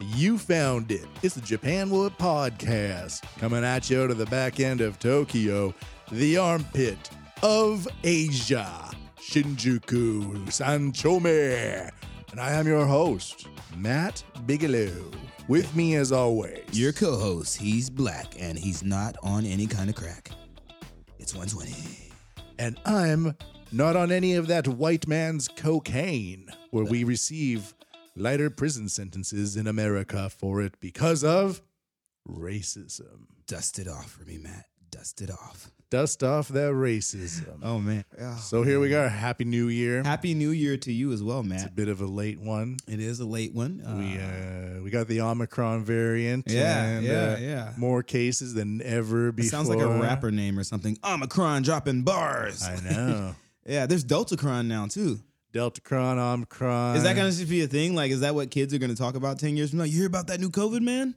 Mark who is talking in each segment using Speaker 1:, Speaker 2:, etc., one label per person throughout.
Speaker 1: You found it. It's the Japanwood Podcast coming at you to the back end of Tokyo, the armpit of Asia, Shinjuku, Sanchome. And I am your host, Matt Bigelow. With me, as always,
Speaker 2: Your co host, he's black and he's not on any kind of crack. It's 120.
Speaker 1: and I'm not on any of that white man's cocaine where we receive lighter prison sentences in America for it because of racism.
Speaker 2: Dust it off for me, Matt. Dust it off.
Speaker 1: Dust off that racism.
Speaker 2: Oh, man.
Speaker 1: So here we go. Happy New Year.
Speaker 2: Happy New Year to you as well,
Speaker 1: It's a
Speaker 2: Matt.
Speaker 1: bit of a late one.
Speaker 2: It is a late one. Uh,
Speaker 1: We uh, we got the Omicron variant.
Speaker 2: Yeah,
Speaker 1: and,
Speaker 2: yeah,
Speaker 1: uh,
Speaker 2: yeah.
Speaker 1: More cases than ever
Speaker 2: it
Speaker 1: before.
Speaker 2: sounds like a rapper name or something. Omicron dropping bars.
Speaker 1: I know.
Speaker 2: yeah, there's Deltacron now, too.
Speaker 1: Deltacron, Omicron.
Speaker 2: Is that going to be a thing? Like, is that what kids are going to talk about 10 years from now? You hear about that new COVID, man?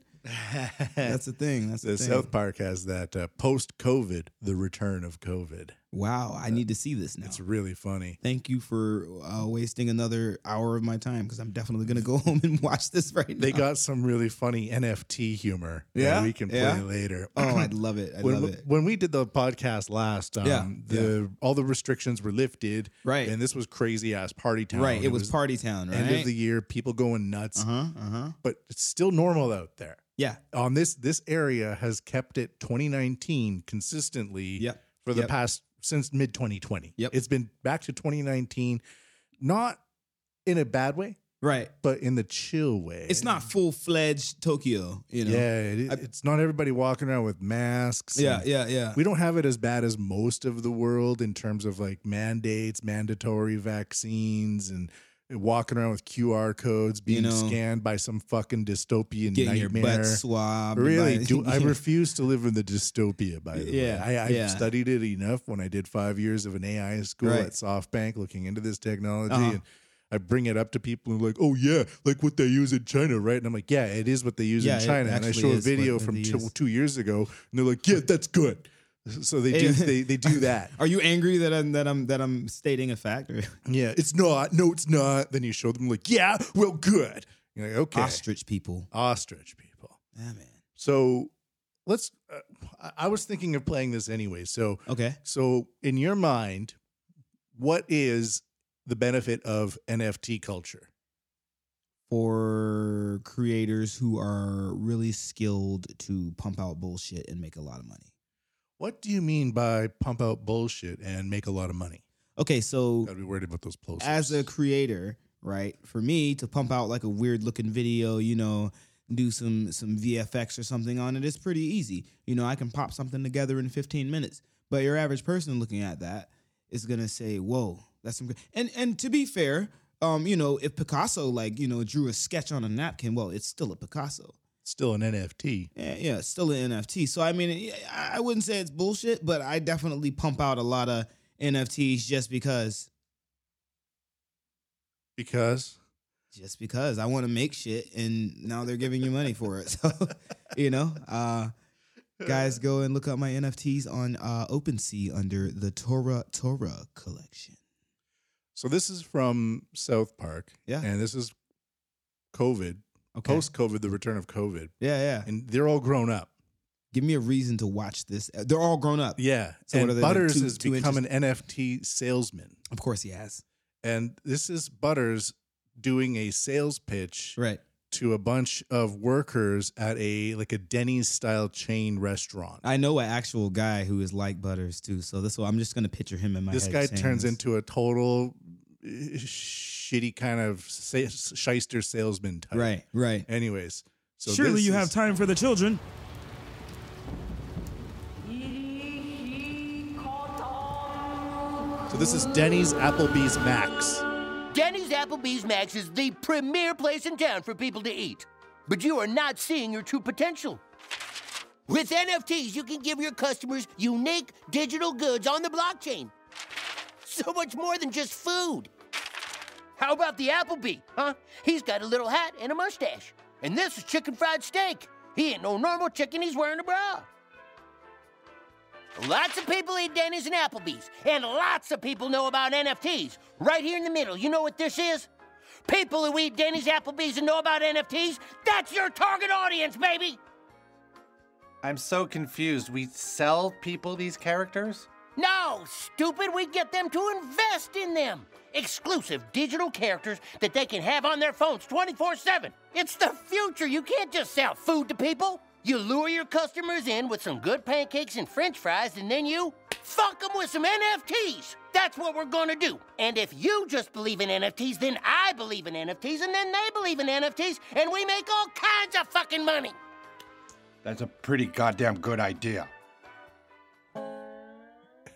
Speaker 2: That's the thing. That's the,
Speaker 1: the
Speaker 2: thing.
Speaker 1: South Park has that uh, post COVID, the return of COVID.
Speaker 2: wow, I need to see this now.
Speaker 1: It's really funny.
Speaker 2: thank you for uh, wasting another hour of my time because I'm definitely gonna go home and watch this right now.
Speaker 1: They got some really funny NFT humor
Speaker 2: Yeah?
Speaker 1: that we can play
Speaker 2: Yeah?
Speaker 1: later.
Speaker 2: oh, I'd love it. I
Speaker 1: when,
Speaker 2: love
Speaker 1: we-
Speaker 2: it.
Speaker 1: when we did the podcast last, um,
Speaker 2: Yeah,
Speaker 1: the all the restrictions were lifted,
Speaker 2: Right.
Speaker 1: And this was crazy ass party town,
Speaker 2: Right, it was, party town. Right.
Speaker 1: end of the year, people going nuts,
Speaker 2: uh huh. Uh huh.
Speaker 1: but it's still normal out there.
Speaker 2: Yeah.
Speaker 1: On this this area has kept it 2019 consistently
Speaker 2: Yep.
Speaker 1: for the
Speaker 2: Yep.
Speaker 1: past since mid 2020.
Speaker 2: Yep.
Speaker 1: It's been back to 2019, not in a bad way,
Speaker 2: Right.
Speaker 1: but in the chill way.
Speaker 2: It's not full fledged Tokyo. You know.
Speaker 1: Yeah, it,
Speaker 2: I-
Speaker 1: it's not everybody walking around with masks. and
Speaker 2: Yeah. Yeah. yeah.
Speaker 1: we don't have it as bad as most of the world in terms of like mandates, mandatory vaccines, and walking around with QR codes being
Speaker 2: know,
Speaker 1: scanned by some fucking dystopian
Speaker 2: Getting your
Speaker 1: nightmare.
Speaker 2: butt swabbed.
Speaker 1: Really,
Speaker 2: by-
Speaker 1: do I refuse to live in the dystopia? By the
Speaker 2: Yeah,
Speaker 1: way, I, I've
Speaker 2: yeah.
Speaker 1: studied it enough when I did five years of an AI school
Speaker 2: Right.
Speaker 1: at SoftBank, looking into this technology,
Speaker 2: Uh-huh.
Speaker 1: and I bring it up to people and like, oh yeah, like what they use in China, right? And I'm like, yeah, it is what they use
Speaker 2: Yeah,
Speaker 1: in
Speaker 2: it
Speaker 1: China, and I
Speaker 2: actually
Speaker 1: show a
Speaker 2: is what
Speaker 1: video
Speaker 2: they
Speaker 1: from two,
Speaker 2: use.
Speaker 1: two years ago, and they're like, yeah, that's good. So they do
Speaker 2: Hey.
Speaker 1: they, they do that.
Speaker 2: Are you angry that I'm that I'm that I'm stating a fact? Or
Speaker 1: Yeah, it's not. No, it's not. Then you show them like, yeah, well, good. You're like, okay,
Speaker 2: Ostrich people.
Speaker 1: ostrich people.
Speaker 2: Ah man.
Speaker 1: So let's. Uh, I- I was thinking of playing this anyway. So
Speaker 2: Okay.
Speaker 1: so in your mind, what is the benefit of NFT culture?
Speaker 2: For creators who are really skilled to pump out bullshit and make a lot of money.
Speaker 1: What do you mean by pump out bullshit and make a lot of money?
Speaker 2: Okay, so
Speaker 1: Gotta be worried about those plosives.
Speaker 2: as a creator, right? For me to pump out like a weird looking video, you know, do some some VFX or something on it, it's pretty easy. You know, I can pop something together in 15 minutes. But your average person looking at that is gonna say, "Whoa, that's some." Good. And and to be fair, um, you know, if Picasso like you know drew a sketch on a napkin, well, it's still a Picasso.
Speaker 1: still an NFT.
Speaker 2: Yeah, yeah, it's still an NFT. So I mean, yeah, I I wouldn't say it's bullshit, but I definitely pump out a lot of NFTs just because
Speaker 1: Because
Speaker 2: just because I want to make shit and now they're giving you money for it. So, you know, uh, guys, go and look up my NFTs on uh, OpenSea under the Torah Torah collection.
Speaker 1: so this is from South Park.
Speaker 2: Yeah.
Speaker 1: And this is COVID,
Speaker 2: Okay.
Speaker 1: post COVID, the return of COVID.
Speaker 2: yeah, yeah.
Speaker 1: And they're all grown up.
Speaker 2: Give me a reason to watch this. They're all grown up.
Speaker 1: Yeah.
Speaker 2: So what
Speaker 1: and
Speaker 2: are they, like,
Speaker 1: Butters
Speaker 2: two-
Speaker 1: has
Speaker 2: two
Speaker 1: become
Speaker 2: inches?
Speaker 1: an NFT salesman.
Speaker 2: Of course he has.
Speaker 1: And this is Butters doing a sales pitch
Speaker 2: Right.
Speaker 1: to a bunch of workers at a like a Denny's style chain restaurant.
Speaker 2: I know an actual guy who is like Butters too. So this, I'm just gonna picture him in my.
Speaker 1: this
Speaker 2: head
Speaker 1: guy
Speaker 2: saying
Speaker 1: turns
Speaker 2: this.
Speaker 1: into a total uh, shitty kind of sa- shyster salesman type.
Speaker 2: right, right.
Speaker 1: Anyways, so
Speaker 3: Surely
Speaker 1: this
Speaker 3: you
Speaker 1: is-
Speaker 3: have time for the children.
Speaker 1: So this is Denny's, Applebee's, Max.
Speaker 4: Denny's Applebee's Max is the premier place in town for people to eat. But you are not seeing your true potential. With NFTs, you can give your customers unique digital goods on the blockchain. So much more than just food. How about the Applebee, huh? He's got a little hat and a mustache. And this is chicken fried steak. He ain't no normal chicken, he's wearing a bra. Lots of people eat Denny's and Applebee's, and lots of people know about NFTs. Right here in the middle, you know what this is? People who eat Denny's, Applebee's, and know about NFTs, that's your target audience, baby!
Speaker 3: I'm so confused. We sell people these characters?
Speaker 4: No, stupid, we get them to invest in them. Exclusive digital characters that they can have on their phones 24 7. It's the future. You can't just sell food to people. You lure your customers in with some good pancakes and french fries, and then you fuck them with some NFTs. That's what we're gonna do. And if you just believe in NFTs, then I believe in NFTs, and then they believe in NFTs, and we make all kinds of fucking money.
Speaker 3: That's a pretty goddamn good idea.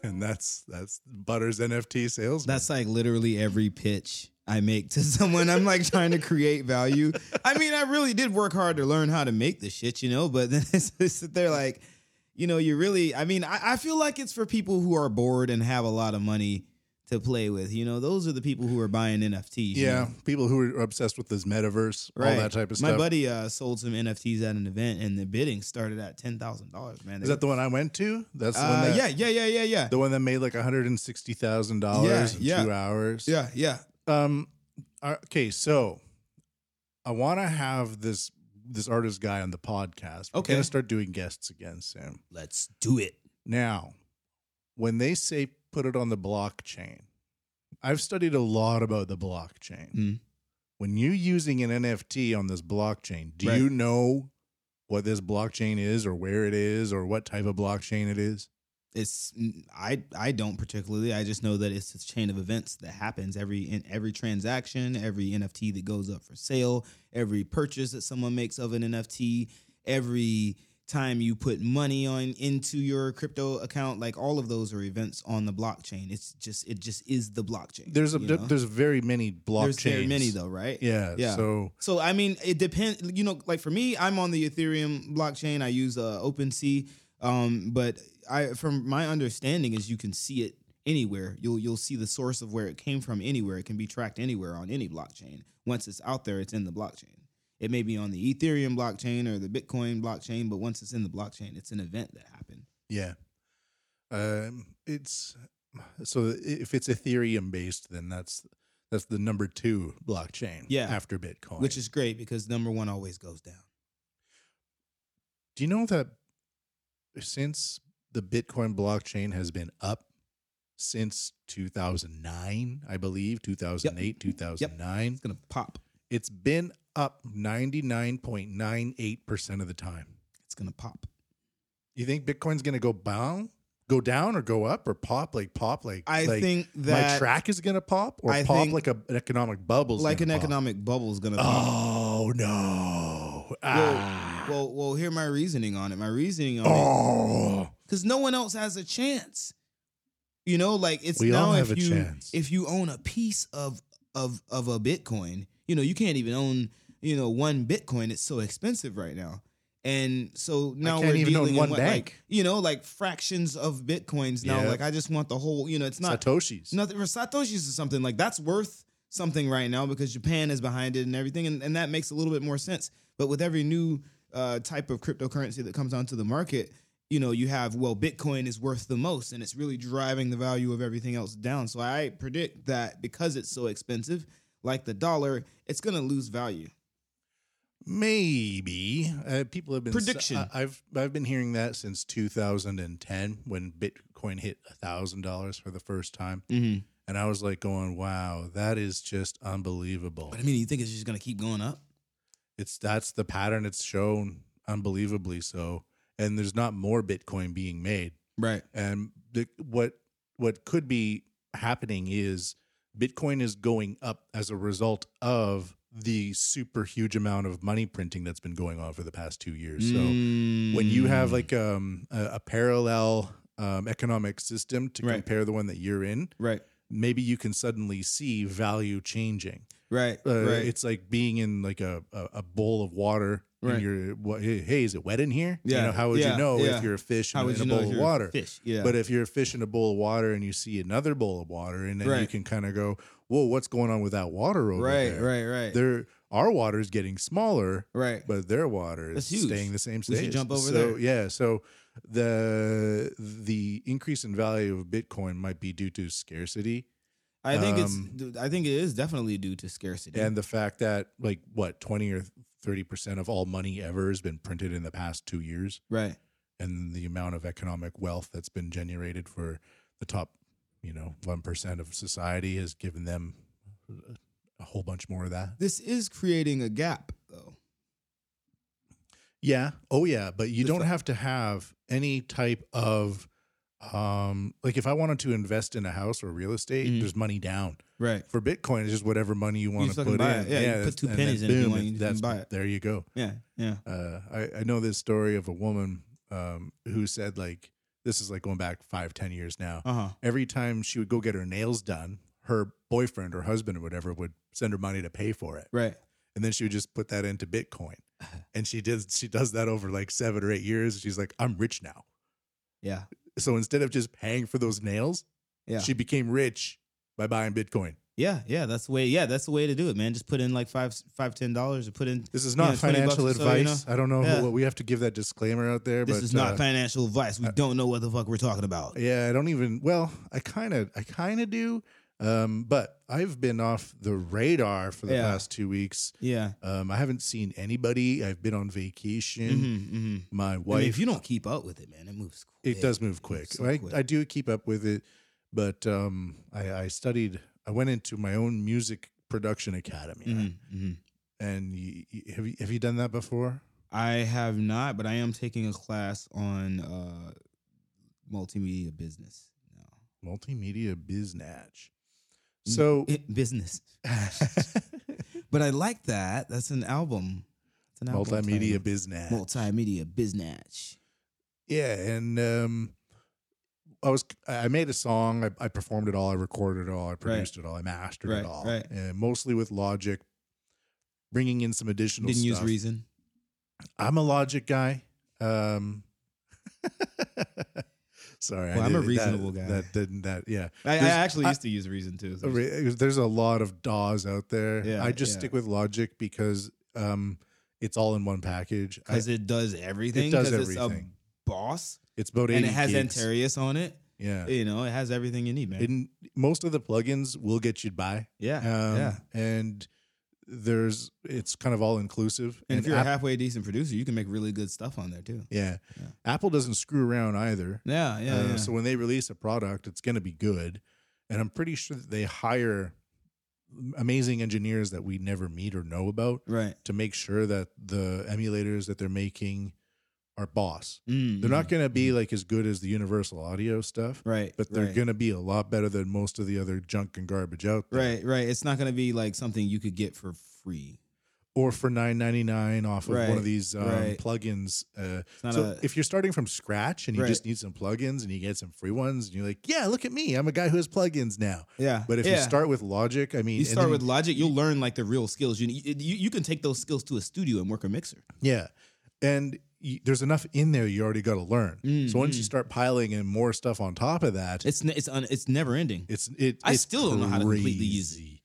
Speaker 1: And that's that's Butter's NFT sales.
Speaker 2: That's like literally every pitch I make to someone. I'm like trying to create value. I mean, I really did work hard to learn how to make this shit, you know, but then it's, it's, they're like, you know, you really, I mean, I, I feel like it's for people who are bored and have a lot of money to play with. You know, those are the people who are buying NFTs. you
Speaker 1: yeah,
Speaker 2: know?
Speaker 1: people who are obsessed with this metaverse, all that type of
Speaker 2: My
Speaker 1: stuff.
Speaker 2: buddy uh, sold some NFTs at an event and the bidding started at $10,000, man.
Speaker 1: Is that the one I went to? That's the one
Speaker 2: uh,
Speaker 1: that
Speaker 2: yeah, yeah, yeah, yeah, yeah.
Speaker 1: the one that made like one hundred and sixty thousand dollars in
Speaker 2: Yeah,
Speaker 1: two
Speaker 2: yeah.
Speaker 1: hours.
Speaker 2: yeah, yeah.
Speaker 1: Um. uh, Okay. So, I want to have this this artist guy on the podcast. We're
Speaker 2: Okay.
Speaker 1: Gonna start doing guests again soon.
Speaker 2: Let's do it.
Speaker 1: Now, when they say put it on the blockchain, I've studied a lot about the blockchain.
Speaker 2: Mm.
Speaker 1: When you're using an NFT on this blockchain, do
Speaker 2: Right.
Speaker 1: you know what this blockchain is or where it is or what type of blockchain it is?
Speaker 2: it's I I don't particularly. I just know that it's a chain of events that happens every in every transaction, every NFT that goes up for sale, every purchase that someone makes of an NFT, every time you put money on into your crypto account, like all of those are events on the blockchain. It's just it just is the blockchain.
Speaker 1: There's a
Speaker 2: you know?
Speaker 1: there's very many blockchains.
Speaker 2: there's very many though, right?
Speaker 1: Yeah.
Speaker 2: Yeah.
Speaker 1: So
Speaker 2: So I mean, it depends. You know, like for me, I'm on the Ethereum blockchain. I use uh, OpenSea, um, but I, from my understanding, is you can see it anywhere. You'll you'll see the source of where it came from anywhere. It can be tracked anywhere on any blockchain. Once it's out there, it's in the blockchain. It may be on the Ethereum blockchain or the Bitcoin blockchain, but once it's in the blockchain, it's an event that happened.
Speaker 1: Yeah. Um, it's so if it's Ethereum based, then that's that's the number two blockchain.
Speaker 2: Yeah.
Speaker 1: After Bitcoin,
Speaker 2: Which is great because number one always goes down.
Speaker 1: do you know that since the Bitcoin blockchain has been up since 2009, I believe 2008, 2009,
Speaker 2: It's gonna pop.
Speaker 1: it's been up 99.98 percent of the time.
Speaker 2: It's gonna pop.
Speaker 1: You think Bitcoin's gonna go down, go down, or go up, or pop like pop like
Speaker 2: I
Speaker 1: like,
Speaker 2: think that
Speaker 1: my track is gonna pop or
Speaker 2: I
Speaker 1: pop
Speaker 2: think-
Speaker 1: like a, an economic bubble
Speaker 2: like an economic bubble is gonna pop.
Speaker 1: oh no ah.
Speaker 2: Well, well, well, hear my reasoning on it. My reasoning on it,
Speaker 1: oh
Speaker 2: because no one else has a chance. You know, like it's
Speaker 1: We
Speaker 2: now
Speaker 1: all have
Speaker 2: if
Speaker 1: a
Speaker 2: you
Speaker 1: chance.
Speaker 2: if you own a piece of of of a Bitcoin, you know, you can't even own you know one Bitcoin. It's so expensive right now. And so now
Speaker 1: can't
Speaker 2: we're
Speaker 1: even own
Speaker 2: dealing in
Speaker 1: one
Speaker 2: what,
Speaker 1: bank.
Speaker 2: like, you know, like fractions of bitcoins now.
Speaker 1: Yeah.
Speaker 2: Like I just want the whole, you know, it's not
Speaker 1: satoshis
Speaker 2: nothing for satoshis or something like that's worth something right now because japan is behind it and everything and, and that makes a little bit more sense but with every new uh, type of cryptocurrency that comes onto the market you know you have well bitcoin is worth the most and it's really driving the value of everything else down so i predict that because it's so expensive like the dollar it's going to lose value
Speaker 1: maybe uh, people have been
Speaker 2: Prediction.
Speaker 1: I- I've I've been hearing that since 2010 when Bitcoin hit thousand dollars for the first time
Speaker 2: mm-hmm.
Speaker 1: and I was like going wow that is just unbelievable
Speaker 2: but i mean you think it's just going to keep going up
Speaker 1: it's that's the pattern it's shown unbelievably so and there's not more Bitcoin being made
Speaker 2: right
Speaker 1: and the, what what could be happening is Bitcoin is going up as a result of the super huge amount of money printing that's been going on for the past two years. So
Speaker 2: Mm.
Speaker 1: when you have like um, a, a parallel um, economic system to
Speaker 2: Right.
Speaker 1: compare the one that you're in,
Speaker 2: right
Speaker 1: maybe you can suddenly see value changing.
Speaker 2: right
Speaker 1: Uh,
Speaker 2: right
Speaker 1: It's like being in like a, a, a bowl of water.
Speaker 2: Right.
Speaker 1: And you're, what, hey, hey, is it wet in here?
Speaker 2: Yeah,
Speaker 1: You know, how would
Speaker 2: yeah,
Speaker 1: you know
Speaker 2: yeah.
Speaker 1: if you're a fish
Speaker 2: how
Speaker 1: in,
Speaker 2: would
Speaker 1: in
Speaker 2: you
Speaker 1: a
Speaker 2: know
Speaker 1: bowl
Speaker 2: if
Speaker 1: of
Speaker 2: you're a
Speaker 1: water?
Speaker 2: fish yeah
Speaker 1: But if you're fish in a bowl of water and you see another bowl of water, and then you
Speaker 2: Right.
Speaker 1: can kind of go, "Whoa, what's going on with that water over
Speaker 2: right
Speaker 1: there?"
Speaker 2: right right
Speaker 1: Their our water is getting smaller,
Speaker 2: right
Speaker 1: but their water is
Speaker 2: That's huge.
Speaker 1: staying the same
Speaker 2: We
Speaker 1: stage.
Speaker 2: should jump over
Speaker 1: so,
Speaker 2: there.
Speaker 1: Yeah. So the the increase in value of Bitcoin might be due to scarcity.
Speaker 2: I think
Speaker 1: Um,
Speaker 2: it's. I think it is definitely due to scarcity.
Speaker 1: and the fact that like what 20 or 30% of all money ever has been printed in the past 2 years
Speaker 2: right.
Speaker 1: and the amount of economic wealth that's been generated for the top, you know, 1% of society has given them a whole bunch more of that.
Speaker 2: This is creating a gap, though.
Speaker 1: Yeah. Oh, yeah. But you
Speaker 2: The
Speaker 1: don't
Speaker 2: fa-
Speaker 1: have to have any type of, um, like if I wanted to invest in a house or real estate,
Speaker 2: Mhm.
Speaker 1: there's money down.
Speaker 2: Right.
Speaker 1: For Bitcoin, it's just whatever money you want to
Speaker 2: fucking
Speaker 1: put in.
Speaker 2: buy it. Yeah, you put
Speaker 1: that's-
Speaker 2: two
Speaker 1: and then
Speaker 2: pennies in if you
Speaker 1: boom,
Speaker 2: want, you can
Speaker 1: that's,
Speaker 2: buy it.
Speaker 1: There you go.
Speaker 2: Yeah. Yeah.
Speaker 1: Uh, I, I know this story of a woman um, who said, like, this is like going back five, ten years now.
Speaker 2: Uh huh.
Speaker 1: Every time she would go get her nails done, her boyfriend or husband or whatever would send her money to pay for it
Speaker 2: Right.
Speaker 1: and then she would just put that into Bitcoin. And she does she does that over like seven or eight years. She's like, I'm rich now.
Speaker 2: Yeah.
Speaker 1: So instead of just paying for those nails,
Speaker 2: Yeah.
Speaker 1: she became rich by buying Bitcoin.
Speaker 2: Yeah. Yeah. That's the way. Yeah. That's the way to do it, man. Just put in like five, five, ten dollars, or put in.
Speaker 1: This is not
Speaker 2: Yeah, 20 bucks
Speaker 1: financial
Speaker 2: or so, you
Speaker 1: advice. I don't know
Speaker 2: Yeah.
Speaker 1: what we have to give that disclaimer out there,
Speaker 2: This
Speaker 1: but
Speaker 2: is not
Speaker 1: uh,
Speaker 2: financial advice. We don't know what the fuck we're talking about.
Speaker 1: yeah, I don't even well, I kinda I kinda do. Um, but I've been off the radar for the
Speaker 2: Yeah.
Speaker 1: past two weeks.
Speaker 2: Yeah.
Speaker 1: Um, I haven't seen anybody. I've been on vacation.
Speaker 2: Mm-hmm, hmm
Speaker 1: My
Speaker 2: I
Speaker 1: wife
Speaker 2: mean, if you don't keep up with it, man, it moves. Quick.
Speaker 1: it does move quick.
Speaker 2: so
Speaker 1: I,
Speaker 2: quick.
Speaker 1: I do keep up with it, but um, I, I studied. I went into my own music production academy, right?
Speaker 2: hmm
Speaker 1: and you, you- have you have you done that before?
Speaker 2: I have not, but I am taking a class on uh, multimedia business. now.
Speaker 1: Multimedia biznatch.
Speaker 2: Mm.
Speaker 1: So
Speaker 2: It- business, but I like that. That's an album. It's an album
Speaker 1: multimedia
Speaker 2: title.
Speaker 1: biznatch.
Speaker 2: multimedia business.
Speaker 1: Yeah, and um, I was I made a song. I, I performed it all. I recorded it all. I produced it all. I mastered
Speaker 2: Right,
Speaker 1: it all.
Speaker 2: right.
Speaker 1: And mostly with Logic, bringing in some additional.
Speaker 2: Didn't use
Speaker 1: stuff.
Speaker 2: reason.
Speaker 1: I'm a logic guy. Um, sorry, I
Speaker 2: Well, I'm a
Speaker 1: did- that-
Speaker 2: reasonable guy.
Speaker 1: That didn't that. Yeah,
Speaker 2: I, I
Speaker 1: There's-
Speaker 2: actually
Speaker 1: I-
Speaker 2: used to use reason too. so-
Speaker 1: Re- there's a lot of DAWs out there.
Speaker 2: Yeah,
Speaker 1: I just
Speaker 2: yeah.
Speaker 1: stick with logic because um, it's all in one package. I-
Speaker 2: because it does everything.
Speaker 1: It does
Speaker 2: 'cause It's
Speaker 1: everything.
Speaker 2: a boss,
Speaker 1: it's about
Speaker 2: and
Speaker 1: 80
Speaker 2: it has E
Speaker 1: gigs.
Speaker 2: Antarius on it.
Speaker 1: Yeah,
Speaker 2: You know, it has everything you need, man.
Speaker 1: and most of the plugins will get you by.
Speaker 2: yeah,
Speaker 1: Um,
Speaker 2: yeah.
Speaker 1: and there's it's kind of all inclusive.
Speaker 2: And, if you're
Speaker 1: App-
Speaker 2: a halfway decent producer, you can make really good stuff on there too.
Speaker 1: yeah.
Speaker 2: Yeah.
Speaker 1: Apple doesn't screw around either.
Speaker 2: Yeah, yeah,
Speaker 1: Uh,
Speaker 2: yeah.
Speaker 1: So when they release a product, it's going to be good. And I'm pretty sure that they hire amazing engineers that we never meet or know about
Speaker 2: right.
Speaker 1: to make sure that the emulators that they're making are boss.
Speaker 2: Mm,
Speaker 1: They're not
Speaker 2: mm.
Speaker 1: going to be like as good as the universal audio stuff,
Speaker 2: right,
Speaker 1: but they're
Speaker 2: right.
Speaker 1: going to be a lot better than most of the other junk and garbage out there.
Speaker 2: Right, right. It's not gonna be like something you could get for free.
Speaker 1: Or for 9.99 off of one
Speaker 2: Right,
Speaker 1: of these um,
Speaker 2: right.
Speaker 1: plugins. Uh,
Speaker 2: It's not
Speaker 1: so
Speaker 2: a
Speaker 1: if you're starting from scratch and you
Speaker 2: Right.
Speaker 1: just need some plugins and you get some free ones and you're like, yeah, look at me, I'm a guy who has plugins now.
Speaker 2: yeah.
Speaker 1: But if you
Speaker 2: yeah.
Speaker 1: start with logic, I mean,
Speaker 2: you
Speaker 1: and
Speaker 2: start
Speaker 1: then-
Speaker 2: with Logic, you'll learn like the real skills. You, you you can take those skills to a studio and work a mixer.
Speaker 1: yeah, and y there's enough in there you already got to learn.
Speaker 2: Mm,
Speaker 1: so once you
Speaker 2: mm.
Speaker 1: start piling in more stuff on top of that,
Speaker 2: It's ne- it's un, it's never ending.
Speaker 1: it's it.
Speaker 2: I
Speaker 1: it's
Speaker 2: still don't know how to completely use it.
Speaker 1: crazy.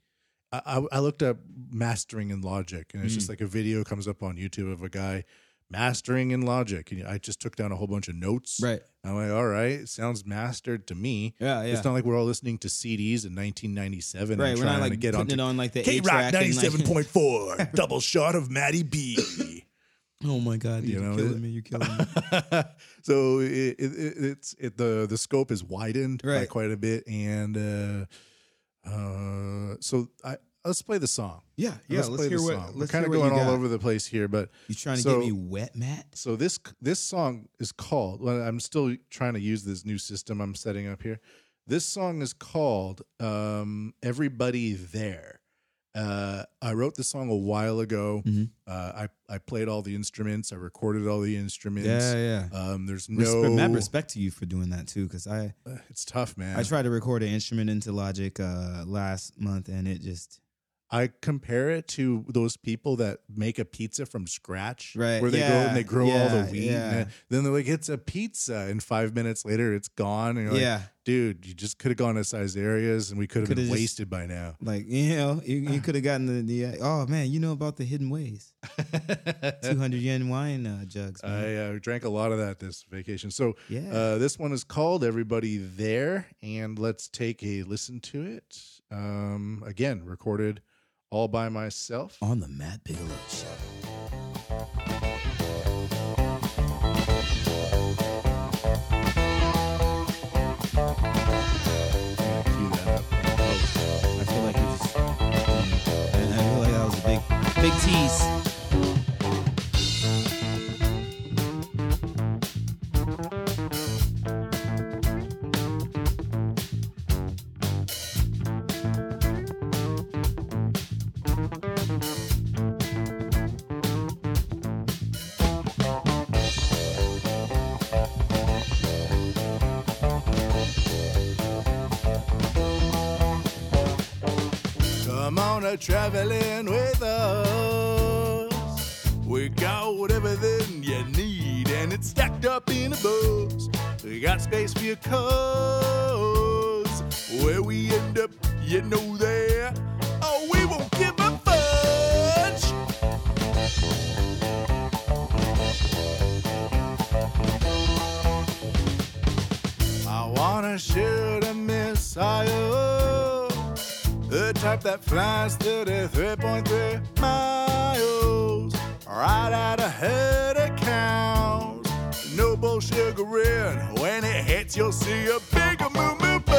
Speaker 1: I, I, I looked up mastering in Logic, and it's just
Speaker 2: Mm.
Speaker 1: like a video comes up on YouTube of a guy mastering in Logic, and I just took down a whole bunch of notes.
Speaker 2: Right.
Speaker 1: I'm like, all right, it sounds mastered to me.
Speaker 2: Yeah, yeah.
Speaker 1: It's not like we're all listening to CDs in 1997.
Speaker 2: right.
Speaker 1: and
Speaker 2: We're
Speaker 1: trying
Speaker 2: not
Speaker 1: to
Speaker 2: like
Speaker 1: get
Speaker 2: putting
Speaker 1: onto
Speaker 2: it on like the
Speaker 1: K Rock
Speaker 2: A-track and, like-
Speaker 1: 97.4, double shot of Maddie B.
Speaker 2: Oh my god,
Speaker 1: You
Speaker 2: dude,
Speaker 1: know,
Speaker 2: you're killing
Speaker 1: it-
Speaker 2: me. You're killing me.
Speaker 1: so it, it, it- it's it, the the scope is widened by
Speaker 2: Right.
Speaker 1: quite a bit, and uh, uh, so I let's play the song.
Speaker 2: Yeah, yeah. Let's,
Speaker 1: play
Speaker 2: hear
Speaker 1: the
Speaker 2: what.
Speaker 1: song. We're
Speaker 2: Let's
Speaker 1: kind of
Speaker 2: hear what
Speaker 1: going
Speaker 2: you
Speaker 1: all
Speaker 2: got.
Speaker 1: over the place here, but
Speaker 2: You trying to
Speaker 1: So-
Speaker 2: get me wet, Matt?
Speaker 1: so this this song is called. Well, I'm still trying to use this new system I'm setting up here. This song is called um, "Everybody There." Uh, I wrote this song a while ago.
Speaker 2: Mhm.
Speaker 1: Uh, I I played all the instruments. I recorded all the instruments.
Speaker 2: yeah.
Speaker 1: Um, there's
Speaker 2: Respe-
Speaker 1: no.
Speaker 2: Matt, respect to you for doing that too, because I
Speaker 1: Uh, It's tough, man. I,
Speaker 2: I tried to record an instrument into Logic uh, last month, and it just
Speaker 1: compare it to those people that make a pizza from scratch,
Speaker 2: Right,
Speaker 1: Where they go
Speaker 2: yeah,
Speaker 1: and they grow all the
Speaker 2: yeah,
Speaker 1: wheat,
Speaker 2: yeah.
Speaker 1: and then they're like, "It's a pizza," and five minutes later, it's gone. And you're like,
Speaker 2: yeah,
Speaker 1: dude, you just could have gone to Caesarea's, and we could have
Speaker 2: Coulda
Speaker 1: been
Speaker 2: just-
Speaker 1: wasted by now.
Speaker 2: like you know, you, you could have gotten the, the uh, oh man, you know about the hidden ways, two hundred yen wine uh, jugs. Man.
Speaker 1: I uh, drank a lot of that this vacation. So
Speaker 2: yeah,
Speaker 1: uh, this one is called "Everybody There," and let's take a listen to it. Um, again, recorded all by myself.
Speaker 2: on the Matt Bigelow Show.
Speaker 1: Yeah, cue that up. Oh,
Speaker 2: I feel like we just, I, I feel like that was a big, big tease.
Speaker 1: Come on a traveling with us. We got everything you need, and it's stacked up in a box. We got space for your cars. Where we end up, you know there. Oh, we won't give a fudge. I wanna shoot a missile, the type that flies 33.3 miles, right out ahead of cows. No bullshit grin. When it hits, you'll see a big moo moo boom.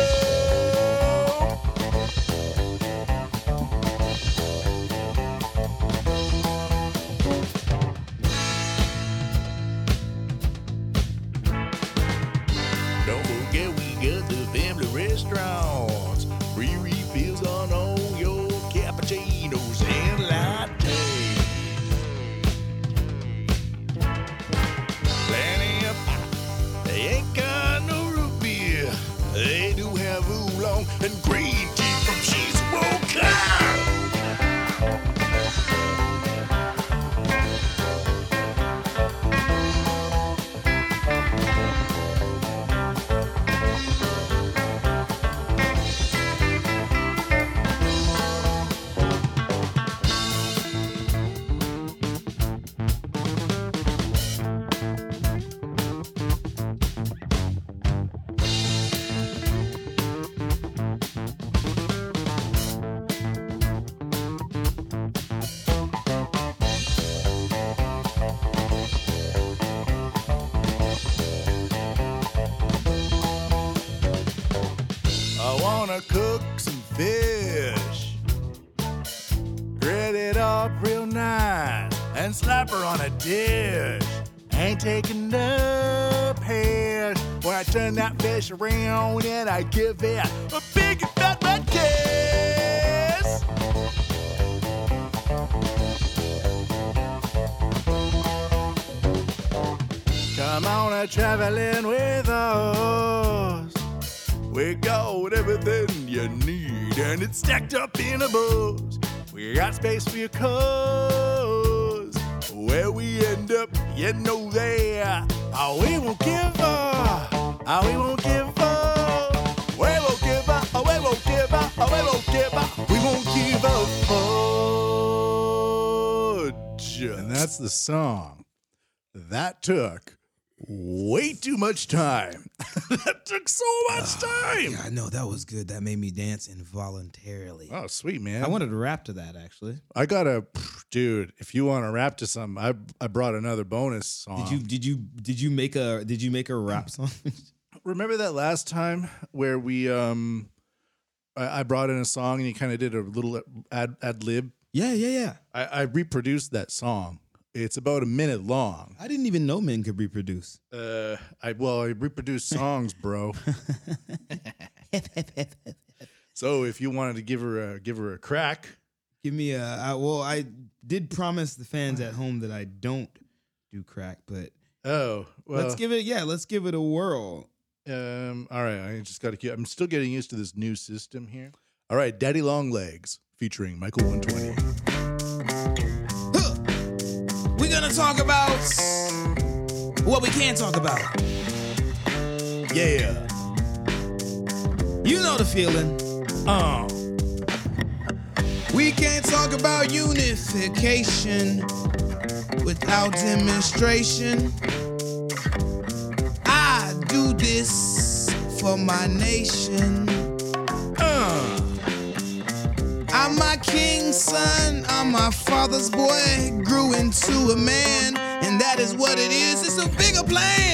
Speaker 1: Don't forget we got the family restaurants. Free refills on all your cappuccinos and lattes. Plenty of pop. They ain't got no root beer. They do have oolong and green tea from She's Woke I wanna cook some fish. Grit it up real nice and slap her on a dish. Ain't taking no piss when I turn that fish around and I give it a big fat butt kiss. Come on a traveling with us. We got everything you need, and it's stacked up in a box. We got space for your cars. Where we end up, you know there. Oh, we won't give up. Oh, we won't give up. We won't give up. Oh, we won't give up. Oh, we won't give up. We won't give up. Fudge. And that's the song. That took way too much time. that took so much time.
Speaker 2: I know that was good. That made me dance involuntarily.
Speaker 1: Oh, sweet man!
Speaker 2: I wanted to rap to that actually.
Speaker 1: I got a dude. If you want to rap to something, I I brought another bonus song.
Speaker 2: Did you did you did you make a did you make a rap song?
Speaker 1: remember that last time where we um, I, I brought in a song and you kind of did a little ad ad lib.
Speaker 2: yeah, yeah, yeah.
Speaker 1: I, I reproduced that song. It's about a minute long.
Speaker 2: I didn't even know men could reproduce.
Speaker 1: Uh, I well, I reproduce songs, bro. so if you wanted to give her a give her a crack,
Speaker 2: Give me a I, well. I did promise the fans at home that I don't do crack, but
Speaker 1: oh well.
Speaker 2: let's give it. Yeah, let's give it a whirl.
Speaker 1: Um, all right, I just got to. I'm still getting used to this new system here. All right, Daddy Long Legs featuring Michael 120.
Speaker 2: Huh. We're gonna talk about what we can talk about.
Speaker 1: Yeah,
Speaker 2: You know the feeling.
Speaker 1: uh,
Speaker 2: We can't talk about unification without demonstration. I do this for my nation.
Speaker 1: uh,
Speaker 2: my king's son. I'm my father's boy. Grew into a man, and that is what it is. It's a bigger plan.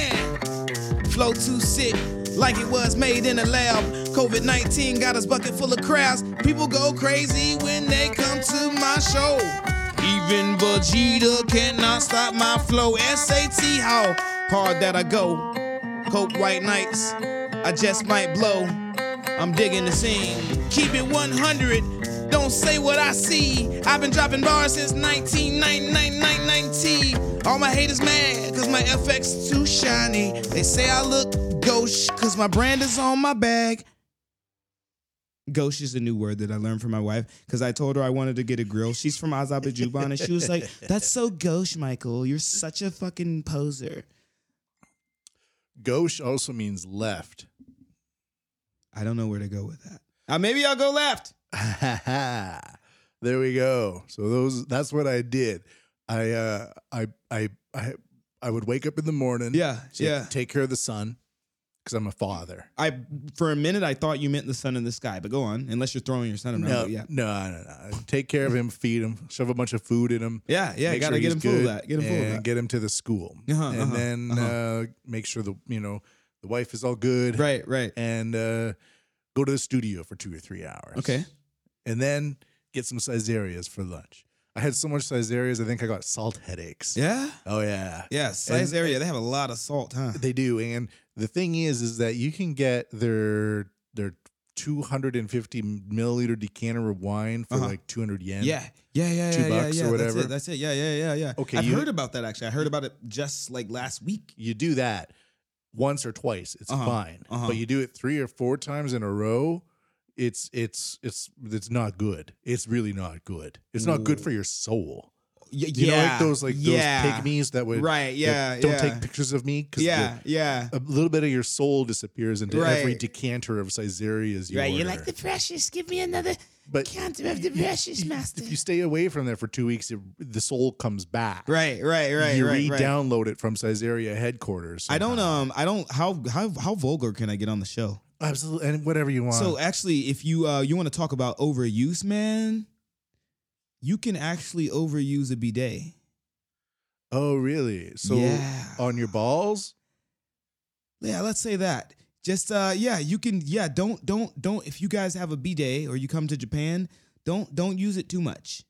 Speaker 2: Flow too sick, like it was made in a lab. COVID 19 got us bucket full of crowds. People go crazy when they come to my show. Even Vegeta cannot stop my flow. SAT, how hard that I go. Coke white nights, I just might blow. I'm digging the scene. Keep it 100. Don't say what I see. I've been dropping bars since 1999. All my haters mad, cause my FX too shiny. They say I look gauche, cause my brand is on my bag. Gauche is a new word that I learned from my wife because I told her I wanted to get a grill. She's from Azerbaijan and she was like, That's so gauche, Michael. You're such a fucking poser.
Speaker 1: Gauche also means left.
Speaker 2: I don't know where to go with that. Uh, maybe I'll go left.
Speaker 1: there we go. So those that's what I did. I uh I I I I would wake up in the morning.
Speaker 2: Yeah,
Speaker 1: to
Speaker 2: yeah.
Speaker 1: Take care of the son because I'm a father.
Speaker 2: I for a minute I thought you meant the sun in the sky, but go on. Unless you're throwing your son around.
Speaker 1: No,
Speaker 2: but
Speaker 1: no,
Speaker 2: yeah.
Speaker 1: no, no, no. Take care of him, feed him, shove a bunch of food in him.
Speaker 2: Yeah, yeah,
Speaker 1: make
Speaker 2: gotta
Speaker 1: sure
Speaker 2: get
Speaker 1: he's
Speaker 2: him full of
Speaker 1: good,
Speaker 2: that. Get him full of
Speaker 1: and
Speaker 2: that.
Speaker 1: Get him to the school,
Speaker 2: Uh-huh,
Speaker 1: and
Speaker 2: uh-huh,
Speaker 1: then uh
Speaker 2: uh-huh.
Speaker 1: make sure the you know the wife is all good,
Speaker 2: Right, right.
Speaker 1: And uh, go to the studio for two or three hours.
Speaker 2: Okay.
Speaker 1: and then get some Caesarias for lunch. I had so much Caesarias, I think I got salt headacaes.
Speaker 2: Yeah?
Speaker 1: Oh yeah.
Speaker 2: Yeah, size
Speaker 1: And-
Speaker 2: area. They have a lot of salt, huh?
Speaker 1: They do. And the thing is, is that you can get their their 250 milliliter decanter of wine for
Speaker 2: Uh-huh.
Speaker 1: like 200 yen.
Speaker 2: Yeah. Yeah, yeah, yeah.
Speaker 1: Two
Speaker 2: yeah,
Speaker 1: bucks or
Speaker 2: yeah.
Speaker 1: whatever.
Speaker 2: That's it. That's it. Yeah, yeah, yeah, yeah.
Speaker 1: Okay,
Speaker 2: I've
Speaker 1: you-
Speaker 2: heard about that actually. I heard about it just like last week.
Speaker 1: You do that once or twice, it's
Speaker 2: Uh-huh.
Speaker 1: fine.
Speaker 2: Uh-huh.
Speaker 1: But you do it three or four times in a row, it's it's it's it's not good. It's really not good. It's not good
Speaker 2: Ooh.
Speaker 1: for your soul.
Speaker 2: Y-
Speaker 1: You
Speaker 2: yeah.
Speaker 1: know, like those like
Speaker 2: yeah.
Speaker 1: those pygmies that would
Speaker 2: Right,
Speaker 1: that
Speaker 2: yeah.
Speaker 1: don't
Speaker 2: yeah.
Speaker 1: take pictures of me because
Speaker 2: Yeah, yeah.
Speaker 1: a little bit of your soul disappears into every
Speaker 2: Right.
Speaker 1: decanter of Caesaria's you
Speaker 2: Right. You're
Speaker 1: order.
Speaker 2: like the precious. Give me another
Speaker 1: but
Speaker 2: counter of the precious master.
Speaker 1: if you stay away from there for two weeks, it, the soul comes back.
Speaker 2: Right, right, right.
Speaker 1: you
Speaker 2: right, right.
Speaker 1: re-download it from Caesarea headquarters.
Speaker 2: I don't
Speaker 1: somehow.
Speaker 2: um I don't how how how vulgar can I get on the show?
Speaker 1: Absolutely, and whatever you want.
Speaker 2: So actually if you uh you want to talk about overuse, man, you can actually overuse a bidet.
Speaker 1: oh, really? So
Speaker 2: Yeah.
Speaker 1: on your balls?
Speaker 2: Yeah, let's say that. Just uh yeah, you can yeah, don't don't don't if you guys have a bidet or you come to Japan, don't don't use it too much.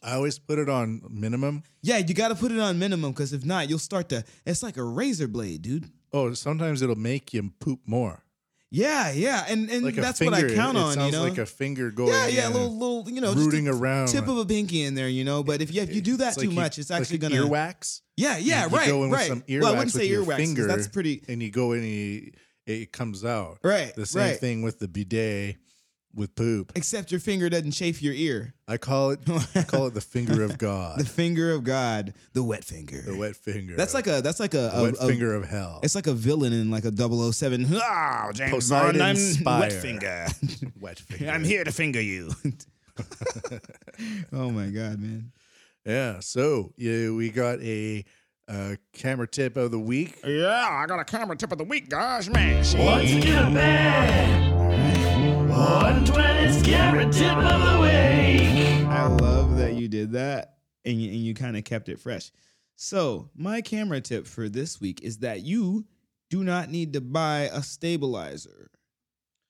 Speaker 1: I always put it on minimum.
Speaker 2: Yeah, you got to put it on minimum cuz if not, you'll start to it's like a razor blade, dude.
Speaker 1: Oh, sometimes it'll make you poop more.
Speaker 2: Yeah, yeah. And and
Speaker 1: Like a
Speaker 2: that's
Speaker 1: finger,
Speaker 2: what I count
Speaker 1: it,
Speaker 2: on,
Speaker 1: It sounds
Speaker 2: you know.
Speaker 1: like a finger going.
Speaker 2: yeah, yeah,
Speaker 1: in
Speaker 2: little
Speaker 1: and
Speaker 2: little, you know, just
Speaker 1: rooting
Speaker 2: a
Speaker 1: around.
Speaker 2: tip of a pinky in there, you know. But if you if you do that
Speaker 1: It's
Speaker 2: too
Speaker 1: like you-
Speaker 2: much, it's
Speaker 1: like
Speaker 2: actually gonna
Speaker 1: earwax.
Speaker 2: yeah yeah
Speaker 1: you
Speaker 2: right
Speaker 1: go in with
Speaker 2: right.
Speaker 1: some
Speaker 2: well, I
Speaker 1: earwax
Speaker 2: wouldn't
Speaker 1: with
Speaker 2: say
Speaker 1: your
Speaker 2: earwax. 'cause
Speaker 1: finger
Speaker 2: That's pretty
Speaker 1: and you go in and you, it comes out.
Speaker 2: right.
Speaker 1: The same
Speaker 2: right.
Speaker 1: thing with the bidet with poop.
Speaker 2: Except your finger doesn't chafe your ear.
Speaker 1: I call it I call it the finger of God.
Speaker 2: The finger of God, the wet finger.
Speaker 1: the wet finger.
Speaker 2: that's like a that's like a,
Speaker 1: the
Speaker 2: a,
Speaker 1: wet
Speaker 2: a-
Speaker 1: finger of hell.
Speaker 2: It's like a villain in like a 007. Ah, James
Speaker 1: Poseidon
Speaker 2: Bond, I'm
Speaker 1: Spire.
Speaker 2: wet finger.
Speaker 1: wet finger.
Speaker 2: I'm here to finger you. oh my god, man.
Speaker 1: Yeah. So yeah, we got a uh, camera tip of the week.
Speaker 2: Yeah, I got a camera tip of the week, gosh, man.
Speaker 5: Once you get a bag, 120's camera tip of the week.
Speaker 2: I love that you did that and you, and you kind of kept it fresh. So, my camera tip for this week is that you do not need to buy a stabilizer.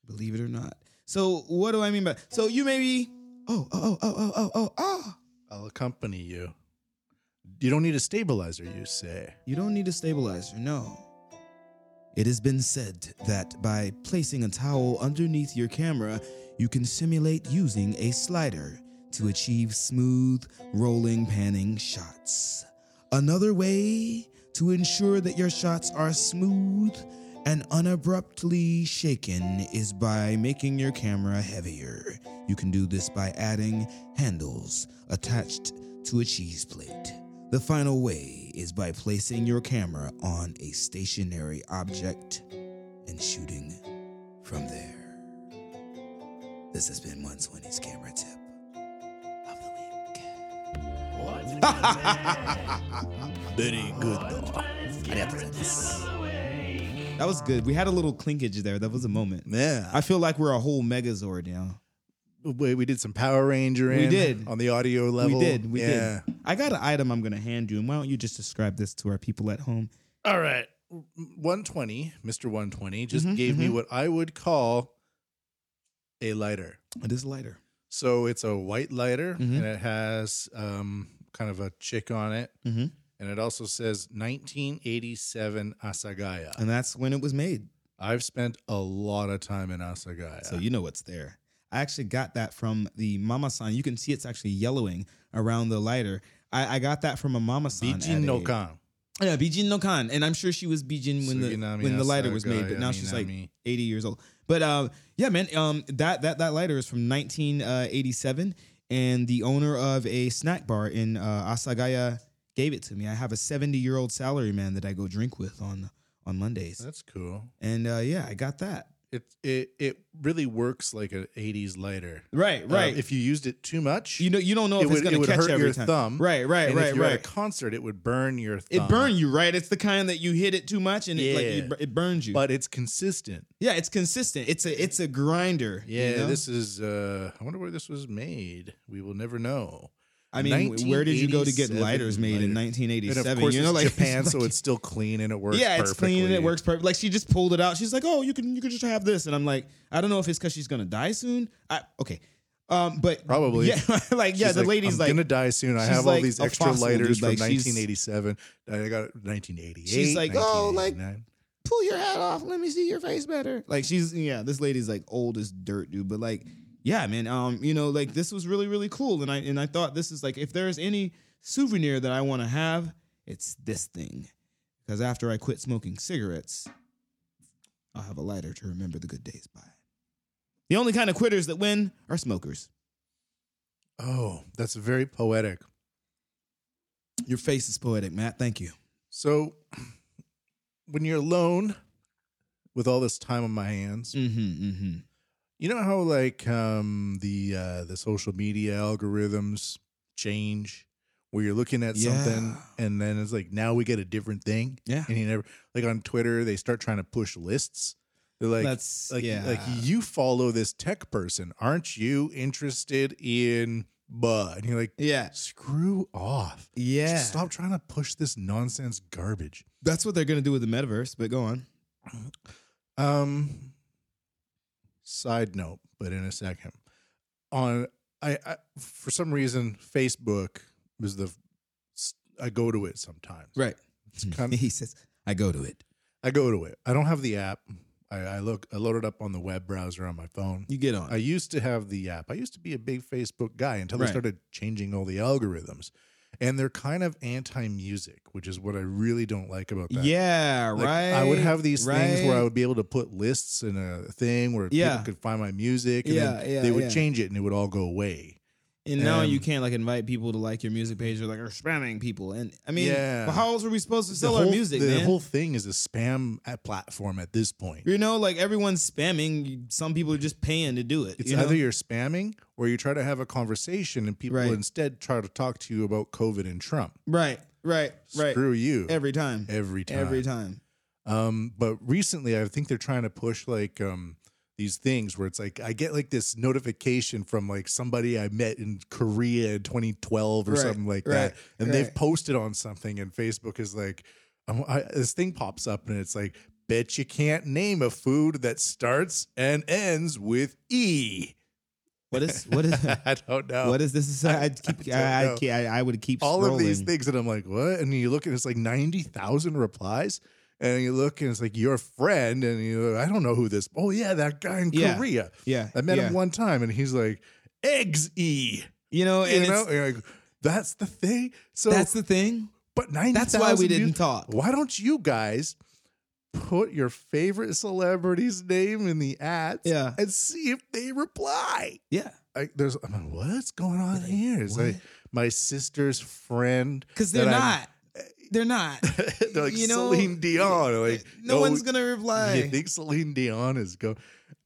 Speaker 2: Believe it or not. So, what do I mean by So you maybe Oh, oh, oh, oh, oh, oh, oh.
Speaker 1: I'll accompany you. You don't need a stabilizer, you say.
Speaker 2: You don't need a stabilizer, no. It has been said that by placing a towel underneath your camera, you can simulate using a slider to achieve smooth, rolling, panning shots. Another way to ensure that your shots are smooth and unabruptly shaken is by making your camera heavier. You can do this by adding handles attached to a cheese plate. The final way is by placing your camera on a stationary object and shooting from there. This has been 120's camera tip of the week.
Speaker 5: Once you get a bag,
Speaker 1: Very good.
Speaker 5: 120's camera tip of the week.
Speaker 2: That was good. We had a little clinkage there. That was a moment.
Speaker 1: Yeah.
Speaker 2: I feel like we're a whole megazord now.
Speaker 1: we, we did some Power Ranger
Speaker 2: We
Speaker 1: in
Speaker 2: did.
Speaker 1: on the audio level.
Speaker 2: We did. We
Speaker 1: yeah.
Speaker 2: did. I got an item I'm going to hand you, and why don't you just describe this to our people at home?
Speaker 1: All right. 120, Mr. 120
Speaker 2: Mm-hmm,
Speaker 1: just gave me what I would call a lighter.
Speaker 2: It is lighter.
Speaker 1: So it's a white lighter
Speaker 2: Mhm.
Speaker 1: and it has um, kind of a chick on it.
Speaker 2: Mhm.
Speaker 1: And it also says 1987 Asagaya.
Speaker 2: And that's when it was made.
Speaker 1: I've spent a lot of time in Asagaya.
Speaker 2: So you know what's there. I actually got that from the mama san. You can see it's actually yellowing around the lighter. I, I got that from a mama san. at
Speaker 1: Bijin
Speaker 2: a-
Speaker 1: no kan.
Speaker 2: Yeah, Bijin no Khan. And I'm sure she was Bijin when the
Speaker 1: Suginami
Speaker 2: when the lighter was made, but
Speaker 1: Asagaya
Speaker 2: now she's like
Speaker 1: Minami.
Speaker 2: 80 years old. But uh, yeah, man, um, that that that lighter is from 1987, and the owner of a snack bar in uh, Asagaya gave it to me. I have a 70 year old salary man that I go drink with on on Mondays,
Speaker 1: That's cool.
Speaker 2: and uh, yeah, I got that.
Speaker 1: It it it really works like an 80s lighter.
Speaker 2: Right,
Speaker 1: Uh, if you used it too much,
Speaker 2: you know, you don't know
Speaker 1: It
Speaker 2: if
Speaker 1: would-
Speaker 2: it's gonna
Speaker 1: it would
Speaker 2: catch
Speaker 1: hurt
Speaker 2: every
Speaker 1: your
Speaker 2: time.
Speaker 1: thumb,
Speaker 2: Right, right,
Speaker 1: and
Speaker 2: right,
Speaker 1: if you're
Speaker 2: right.
Speaker 1: at a concert, it would burn your thumb.
Speaker 2: it burn you, right? It's the kind that you hit it too much and it, like,
Speaker 1: Yeah.
Speaker 2: you, bur- it burns you.
Speaker 1: but it's consistent.
Speaker 2: yeah, it's consistent. It's a it's a grinder. you
Speaker 1: Yeah,
Speaker 2: know?
Speaker 1: this is. uh I wonder where this was made. We will never know.
Speaker 2: I mean, w- where did you go to get
Speaker 1: 1987
Speaker 2: lighters made in
Speaker 1: lighter. And
Speaker 2: 1987?
Speaker 1: of course,
Speaker 2: you know,
Speaker 1: it's
Speaker 2: like
Speaker 1: Japan, so
Speaker 2: like-
Speaker 1: it's still clean and it works.
Speaker 2: yeah, it's clean and it
Speaker 1: perfectly.
Speaker 2: works perfect. Like she just pulled it out. She's like, "Oh, you can you can just have this," and I'm like, "I don't know if it's because she's gonna die soon." I okay, um, but
Speaker 1: Probably.
Speaker 2: yeah, like yeah,
Speaker 1: She's
Speaker 2: the
Speaker 1: like,
Speaker 2: lady's
Speaker 1: I'm
Speaker 2: like
Speaker 1: gonna die soon. I
Speaker 2: she's
Speaker 1: have all
Speaker 2: like
Speaker 1: these
Speaker 2: a
Speaker 1: extra
Speaker 2: fossil,
Speaker 1: lighters
Speaker 2: dude.
Speaker 1: from
Speaker 2: Like, she's-
Speaker 1: 1987. I got 1988.
Speaker 2: She's like, oh, like-
Speaker 1: 1989.
Speaker 2: pull your hat off. Let me see your face better. Like she's yeah, this lady's like old as dirt, dude. But like, yeah, man. Um, you know, like this was really really cool, and I and I thought this is like if there is any souvenir that I want to have, it's this thing. Because after I quit smoking cigarettes, I'll have a lighter to remember the good days by. The only kind of quitters that win are smokers.
Speaker 1: oh, that's very poetic.
Speaker 2: Your face is poetic, Matt. Thank you.
Speaker 1: So, when you're alone with all this time on my hands,
Speaker 2: Mm-hmm. Mm-hmm.
Speaker 1: you know how like um the uh the social media algorithms change where you're looking at something
Speaker 2: Yeah.
Speaker 1: and then it's like now we get a different thing.
Speaker 2: Yeah.
Speaker 1: And you never like on Twitter they start trying to push lists. They're like
Speaker 2: That's
Speaker 1: like
Speaker 2: yeah.
Speaker 1: like you follow this tech person. Aren't you interested in buh? And you're like
Speaker 2: yeah.
Speaker 1: screw off. Just
Speaker 2: Yeah.
Speaker 1: Stop trying to push this nonsense garbage.
Speaker 2: That's what they're gonna do with the metaverse. But go on.
Speaker 1: Um side note, but in a second. On I, I for some reason Facebook was the I go to it sometimes.
Speaker 2: Right.
Speaker 1: It's kind of,
Speaker 2: he says, I go to it.
Speaker 1: I go to it. I don't have the app. I, I look I load it up on the web browser on my phone.
Speaker 2: You get on.
Speaker 1: I used to have the app. I used to be a big Facebook guy until
Speaker 2: Right.
Speaker 1: they started changing all the algorithms. And they're kind of anti music, which is what I really don't like about that.
Speaker 2: yeah,
Speaker 1: Like,
Speaker 2: right.
Speaker 1: I would have these things where I
Speaker 2: right.
Speaker 1: would be able to put lists in a thing where
Speaker 2: Yeah.
Speaker 1: people could find my music. And then
Speaker 2: Yeah, yeah,
Speaker 1: they would
Speaker 2: yeah.
Speaker 1: change it and it would all go away.
Speaker 2: and now
Speaker 1: um,
Speaker 2: you can't like invite people to like your music page or like are spamming people. And I mean,
Speaker 1: Yeah.
Speaker 2: well, how else are we supposed to sell
Speaker 1: the
Speaker 2: our
Speaker 1: whole,
Speaker 2: music,
Speaker 1: the
Speaker 2: man?
Speaker 1: whole thing is a spam uh, platform at this point.
Speaker 2: you know, like everyone's spamming. Some people are just paying to do it.
Speaker 1: It's
Speaker 2: you know?
Speaker 1: either you're spamming or you try to have a conversation and people
Speaker 2: Right.
Speaker 1: instead try to talk to you about COVID and Trump.
Speaker 2: right, right, right.
Speaker 1: Screw you.
Speaker 2: every time.
Speaker 1: Every time.
Speaker 2: Every time.
Speaker 1: Um, but recently, I think they're trying to push like um, these things where it's like I get like this notification from like somebody I met in Korea in 2012 or
Speaker 2: Right,
Speaker 1: something like
Speaker 2: right,
Speaker 1: that, and they've
Speaker 2: right.
Speaker 1: posted on something, and Facebook is like, um, I, this thing pops up, and it's like, bet you can't name a food that starts and ends with E.
Speaker 2: What is what is
Speaker 1: I don't know.
Speaker 2: what is this? I, I'd keep.
Speaker 1: I
Speaker 2: I, I,
Speaker 1: don't
Speaker 2: ke- I, I would keep
Speaker 1: all of these
Speaker 2: scrolling.
Speaker 1: things, and I'm like, what? And you look, and it's like ninety thousand replies, and you look, and it's like your friend, and you, I don't know who this. Oh yeah, that guy in
Speaker 2: Yeah.
Speaker 1: Korea.
Speaker 2: Yeah,
Speaker 1: I met
Speaker 2: yeah.
Speaker 1: him one time, and he's like, eggs e.
Speaker 2: You know,
Speaker 1: You
Speaker 2: Oh, and
Speaker 1: know,
Speaker 2: it's,
Speaker 1: And you're like that's the thing. So
Speaker 2: that's the thing.
Speaker 1: but ninety.
Speaker 2: That's why we didn't talk.
Speaker 1: Why don't you guys? Put your favorite celebrity's name in the ads
Speaker 2: Yeah.
Speaker 1: and see if they reply.
Speaker 2: Yeah,
Speaker 1: Like there's I'm like, what's going on
Speaker 2: Like,
Speaker 1: here? It's
Speaker 2: what?
Speaker 1: like my sister's friend.
Speaker 2: because they're
Speaker 1: that I-
Speaker 2: not. They're not.
Speaker 1: they're like
Speaker 2: You know,
Speaker 1: Celine Dion. They're Like
Speaker 2: no
Speaker 1: "Oh,
Speaker 2: one's gonna reply.
Speaker 1: You think Celine Dion is go?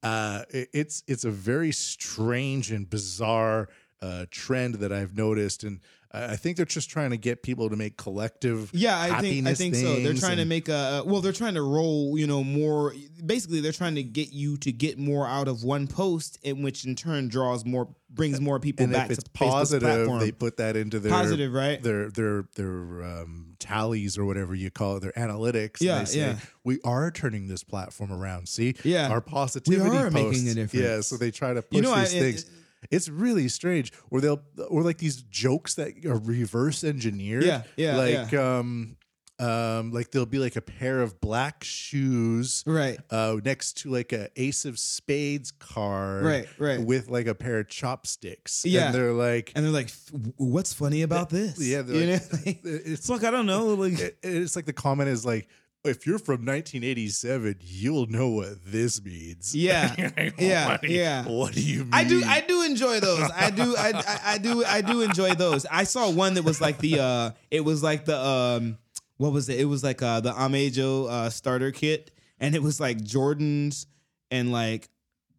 Speaker 1: Uh, it- it's it's a very strange and bizarre uh, trend that I've noticed, and I I think they're just trying to get people to make collective.
Speaker 2: Yeah, I think I
Speaker 1: happiness
Speaker 2: think so. They're
Speaker 1: things
Speaker 2: trying to
Speaker 1: and-
Speaker 2: make a well. They're trying to roll, you know, more. Basically, they're trying to get you to get more out of one post, in which in turn draws more, brings more people
Speaker 1: and
Speaker 2: back
Speaker 1: if it's
Speaker 2: to Facebook's
Speaker 1: positive,
Speaker 2: platform.
Speaker 1: they put that into their
Speaker 2: Positive, right?
Speaker 1: Their their their um, tallies or whatever you call it, their analytics. and
Speaker 2: Yeah,
Speaker 1: they say,
Speaker 2: yeah.
Speaker 1: We are turning this platform around. See,
Speaker 2: Yeah.
Speaker 1: our positivity
Speaker 2: We are making
Speaker 1: posts.
Speaker 2: a difference.
Speaker 1: Yeah, so they try to push
Speaker 2: You know, I-
Speaker 1: these
Speaker 2: it-
Speaker 1: things. it's really strange, or they'll, or like these jokes that are reverse engineered.
Speaker 2: Yeah, yeah,
Speaker 1: Like, um, um, like there'll be like a pair of black shoes,
Speaker 2: right.
Speaker 1: uh, next to like a ace of spades card,
Speaker 2: Right, right.
Speaker 1: with like a pair of chopsticks.
Speaker 2: Yeah.
Speaker 1: and they're like,
Speaker 2: And they're like, "F- w- "What's funny about this?"
Speaker 1: yeah,
Speaker 2: you
Speaker 1: they're
Speaker 2: know,
Speaker 1: like,
Speaker 2: like,
Speaker 1: it's
Speaker 2: fuck, I don't know. Like,
Speaker 1: it- it's like the comment is like, if you're from 1987, you'll know what this means.
Speaker 2: Yeah.
Speaker 1: You're like,
Speaker 2: Yeah,
Speaker 1: what do you-
Speaker 2: yeah.
Speaker 1: What do you mean?
Speaker 2: I do I do enjoy those. I do I, I I do I do enjoy those. I saw one that was like the uh it was like the um what was it? It was like uh the Amejo uh starter kit and it was like Jordans and like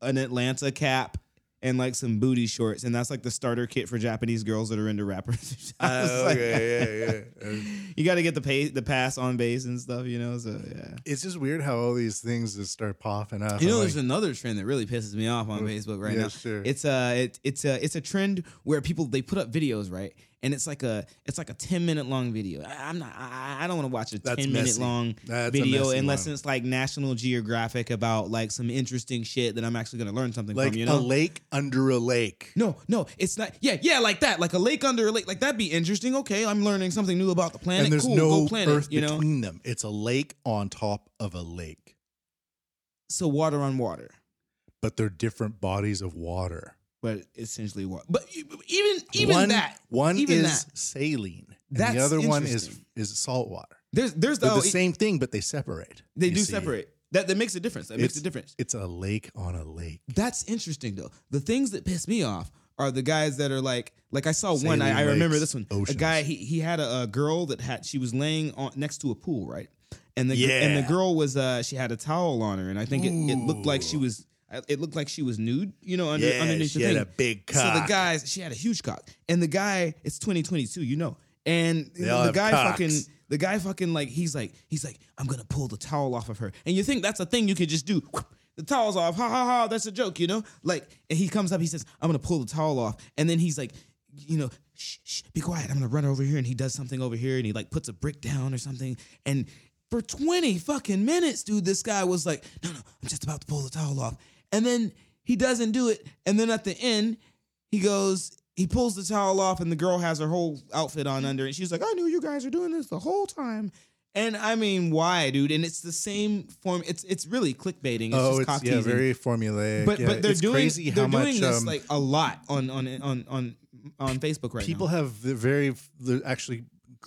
Speaker 2: an Atlanta cap and like some booty shorts and that's like the starter kit for Japanese girls that are into rappers. I
Speaker 1: Uh,
Speaker 2: was like,
Speaker 1: okay, yeah, yeah. Um,
Speaker 2: you got to get the pay the pass on base and stuff, you know, so yeah.
Speaker 1: It's just weird how all these things just start popping up.
Speaker 2: You
Speaker 1: I'm
Speaker 2: know,
Speaker 1: like, Mm,
Speaker 2: there's another trend that really pisses me off on Facebook right
Speaker 1: yeah,
Speaker 2: now.
Speaker 1: sure.
Speaker 2: It's a it, it's a it's a trend where people they put up videos right, and it's like a it's like a ten minute long video. I, I'm not I, I- I don't want to watch a
Speaker 1: That's
Speaker 2: ten minute
Speaker 1: messy.
Speaker 2: long
Speaker 1: That's a
Speaker 2: video
Speaker 1: messy
Speaker 2: unless
Speaker 1: one.
Speaker 2: it's like National Geographic about like some interesting shit that I'm actually gonna learn something
Speaker 1: like
Speaker 2: from. You know,
Speaker 1: a lake under a lake.
Speaker 2: no, no, it's not. Yeah, yeah, like that, like a lake under a lake. Like that'd be interesting. Okay, I'm learning something new about the planet.
Speaker 1: and there's
Speaker 2: cool,
Speaker 1: no
Speaker 2: go planet.
Speaker 1: earth
Speaker 2: you know,
Speaker 1: between them. It's a lake on top of a lake,
Speaker 2: so water on water.
Speaker 1: but they're different bodies of water.
Speaker 2: But essentially, water. But e, even even
Speaker 1: one,
Speaker 2: that
Speaker 1: one
Speaker 2: even
Speaker 1: is
Speaker 2: that.
Speaker 1: saline, and
Speaker 2: That's
Speaker 1: the other one is
Speaker 2: interesting.
Speaker 1: is salt water.
Speaker 2: There's there's
Speaker 1: They're
Speaker 2: the, e,
Speaker 1: the same thing, but they separate.
Speaker 2: They
Speaker 1: you
Speaker 2: do
Speaker 1: see.
Speaker 2: separate. That that makes a difference. That makes a
Speaker 1: It's-
Speaker 2: difference.
Speaker 1: It's a lake on a lake.
Speaker 2: That's interesting though. The things that piss me off are the guys that are like like I saw one.
Speaker 1: Saline
Speaker 2: I, I remember
Speaker 1: lakes,
Speaker 2: this one.
Speaker 1: oceans.
Speaker 2: A guy he he had a, a girl that had she was laying on next to a pool right, and the gr- and the
Speaker 1: Yeah.
Speaker 2: girl was uh she had a towel on her and I think it, it looked like she
Speaker 1: Ooh.
Speaker 2: was it looked like she was nude you know under,
Speaker 1: yeah,
Speaker 2: underneath
Speaker 1: she
Speaker 2: the
Speaker 1: had
Speaker 2: thing.
Speaker 1: a big
Speaker 2: So the
Speaker 1: cock.
Speaker 2: guys, she had a huge cock, and the guy, it's 2022, you know, and
Speaker 1: They all
Speaker 2: the
Speaker 1: have
Speaker 2: guy
Speaker 1: cocks.
Speaker 2: fucking, the guy fucking like, he's like, he's like, I'm gonna pull the towel off of her, and you think that's a thing you could just do. Whoop, The towel's off, ha ha ha. That's a joke, you know. Like, and he comes up, he says, "I'm gonna pull the towel off," and then he's like, you know, shh, shh, be quiet. I'm gonna run over here, and he does something over here, and he like puts a brick down or something, and for 20 fucking minutes, dude, this guy was like, "No, no, I'm just about to pull the towel off," and then he doesn't do it, and then at the end, he goes he pulls the towel off and the girl has her whole outfit on under and she's like i knew you guys were doing this the whole time and i mean why dude and it's the same form it's it's really clickbaiting it's
Speaker 1: oh,
Speaker 2: just
Speaker 1: it's
Speaker 2: cock
Speaker 1: yeah,
Speaker 2: teasing
Speaker 1: very formulaic.
Speaker 2: but
Speaker 1: yeah,
Speaker 2: but they're
Speaker 1: it's
Speaker 2: doing
Speaker 1: crazy
Speaker 2: they're
Speaker 1: how
Speaker 2: doing
Speaker 1: much
Speaker 2: this
Speaker 1: um,
Speaker 2: like a lot on on on on on facebook right
Speaker 1: people
Speaker 2: now
Speaker 1: have the very the actually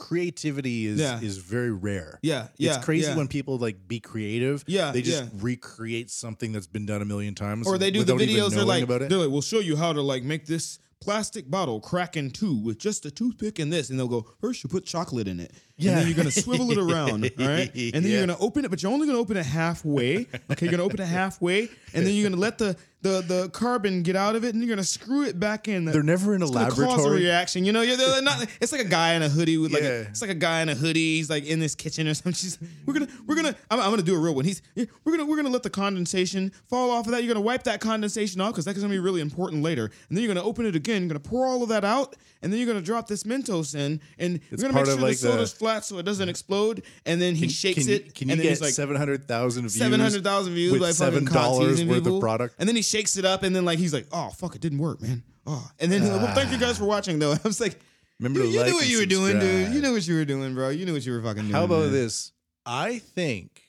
Speaker 1: creativity is
Speaker 2: Yeah.
Speaker 1: is very rare.
Speaker 2: yeah yeah
Speaker 1: it's crazy
Speaker 2: yeah.
Speaker 1: when people like be creative.
Speaker 2: Yeah,
Speaker 1: they just
Speaker 2: yeah.
Speaker 1: recreate something that's been done a million times,
Speaker 2: or they do the
Speaker 1: without even
Speaker 2: videos they're
Speaker 1: knowing
Speaker 2: like
Speaker 1: about it.
Speaker 2: they're like we'll show you how to like make this plastic bottle crack in two with just a toothpick and this and they'll go first you put chocolate in it and
Speaker 1: Yeah.
Speaker 2: then you're gonna swivel it around all right and then
Speaker 1: Yeah.
Speaker 2: you're gonna open it but you're only gonna open it halfway okay you're gonna open it halfway and then you're gonna let the the the carbon get out of it and you're gonna screw it back in
Speaker 1: They're never in a
Speaker 2: it's gonna cause a
Speaker 1: laboratory.
Speaker 2: reaction, you know. You're, they're not. It's like a guy in a hoodie with like. A,
Speaker 1: Yeah.
Speaker 2: it's like a guy in a hoodie. He's like in this kitchen or something. She's. We're gonna. We're gonna. I'm, I'm gonna do a real one. He's. yeah, We're gonna. We're gonna let the condensation fall off of that. You're gonna wipe that condensation off because that's gonna be really important later. And then you're gonna open it again. You're gonna pour all of that out, and then you're gonna drop this Mentos in, and
Speaker 1: It's
Speaker 2: you're gonna make
Speaker 1: part of,
Speaker 2: sure
Speaker 1: like,
Speaker 2: the soda's
Speaker 1: the-
Speaker 2: flat so it doesn't explode. And then he shakes
Speaker 1: can you-
Speaker 2: it.
Speaker 1: Can you
Speaker 2: and then
Speaker 1: get
Speaker 2: he's like,
Speaker 1: seven hundred thousand views?
Speaker 2: seven hundred thousand views
Speaker 1: with
Speaker 2: by
Speaker 1: seven
Speaker 2: fucking
Speaker 1: dollars
Speaker 2: dollars
Speaker 1: worth of product.
Speaker 2: And then he shakes it up, and then like he's like, "Oh fuck, it didn't work, man." Oh, and then he's like, well, thank you guys for watching, though. I was like,
Speaker 1: Remember to
Speaker 2: "You, you
Speaker 1: like
Speaker 2: knew what
Speaker 1: and
Speaker 2: you were doing, dude.
Speaker 1: subscribe."
Speaker 2: You knew Mm-hmm. what you were doing, bro. You knew what you were fucking doing."
Speaker 1: How about
Speaker 2: man.
Speaker 1: this? I think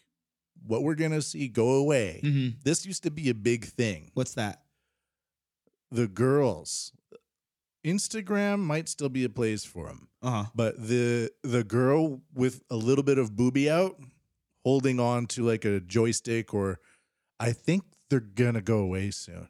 Speaker 1: what we're gonna see go away.
Speaker 2: Mhm.
Speaker 1: This used to be a big thing.
Speaker 2: What's that?
Speaker 1: The girls, Instagram might still be a place for them,
Speaker 2: Uh huh.
Speaker 1: but the the girl with a little bit of booby out, holding on to like a joystick, or I think they're gonna go away soon.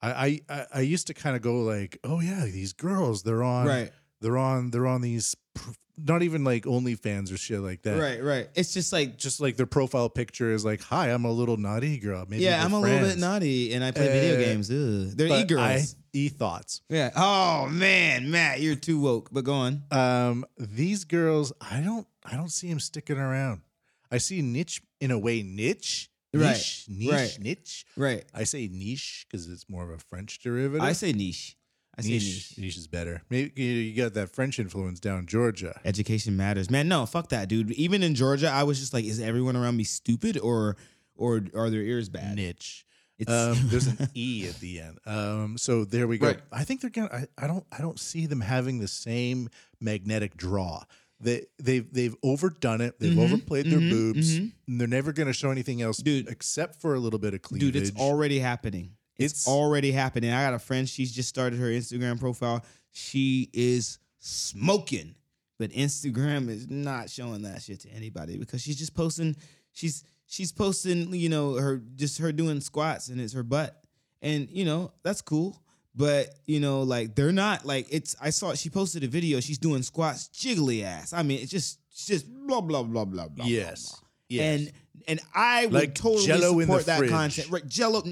Speaker 1: I I I- I used to kind of go like, oh yeah, these girls, they're on
Speaker 2: Right.
Speaker 1: They're on they're on these pr- not even like OnlyFans or shit like that.
Speaker 2: Right, right. It's just like
Speaker 1: Just like their profile picture is like, "Hi, I'm a little naughty girl." Maybe
Speaker 2: yeah,
Speaker 1: we're
Speaker 2: I'm a little bit
Speaker 1: friends."
Speaker 2: naughty and I play video
Speaker 1: Uh,
Speaker 2: games. Ugh. They're e
Speaker 1: But I
Speaker 2: girls.
Speaker 1: e thoughts.
Speaker 2: Yeah. Oh man, Matt, you're too woke. But go on.
Speaker 1: um these girls i don't i don't see him sticking around i see niche in a way niche
Speaker 2: Right,
Speaker 1: niche niche
Speaker 2: right.
Speaker 1: niche
Speaker 2: Right.
Speaker 1: i say niche because it's more of a french derivative
Speaker 2: I say niche. I say
Speaker 1: niche,
Speaker 2: niche.
Speaker 1: niche is better maybe you- you got that french influence down in georgia
Speaker 2: Education matters, man. No, fuck that, dude. Even in Georgia, I was just like, is everyone around me stupid or or are their ears bad?
Speaker 1: niche
Speaker 2: It's
Speaker 1: um there's an e at the end um so there we go
Speaker 2: Right.
Speaker 1: i think they're gonna I, I don't i don't see them having the same magnetic draw they they've they've overdone it they've
Speaker 2: Mhm,
Speaker 1: overplayed their
Speaker 2: mhm,
Speaker 1: boobs
Speaker 2: mhm.
Speaker 1: and they're never going to show anything else
Speaker 2: Dude.
Speaker 1: except for a little bit of cleavage
Speaker 2: dude, it's already happening. It's,
Speaker 1: It's-
Speaker 2: already happening. I got a friend. She's just started her Instagram profile. She is smoking, but Instagram is not showing that shit to anybody because she's just posting. She's she's posting, you know, her just her doing squats and it's her butt, and you know that's cool. But you know, like they're not like it's. I saw she posted a video. She's doing squats, jiggly ass. I mean, it's just it's just blah blah blah blah blah.
Speaker 1: Yes.
Speaker 2: blah, blah.
Speaker 1: Yes.
Speaker 2: And and I would
Speaker 1: Like
Speaker 2: totally
Speaker 1: Jell-O in
Speaker 2: support
Speaker 1: the
Speaker 2: that
Speaker 1: fridge.
Speaker 2: content. Right, Jello,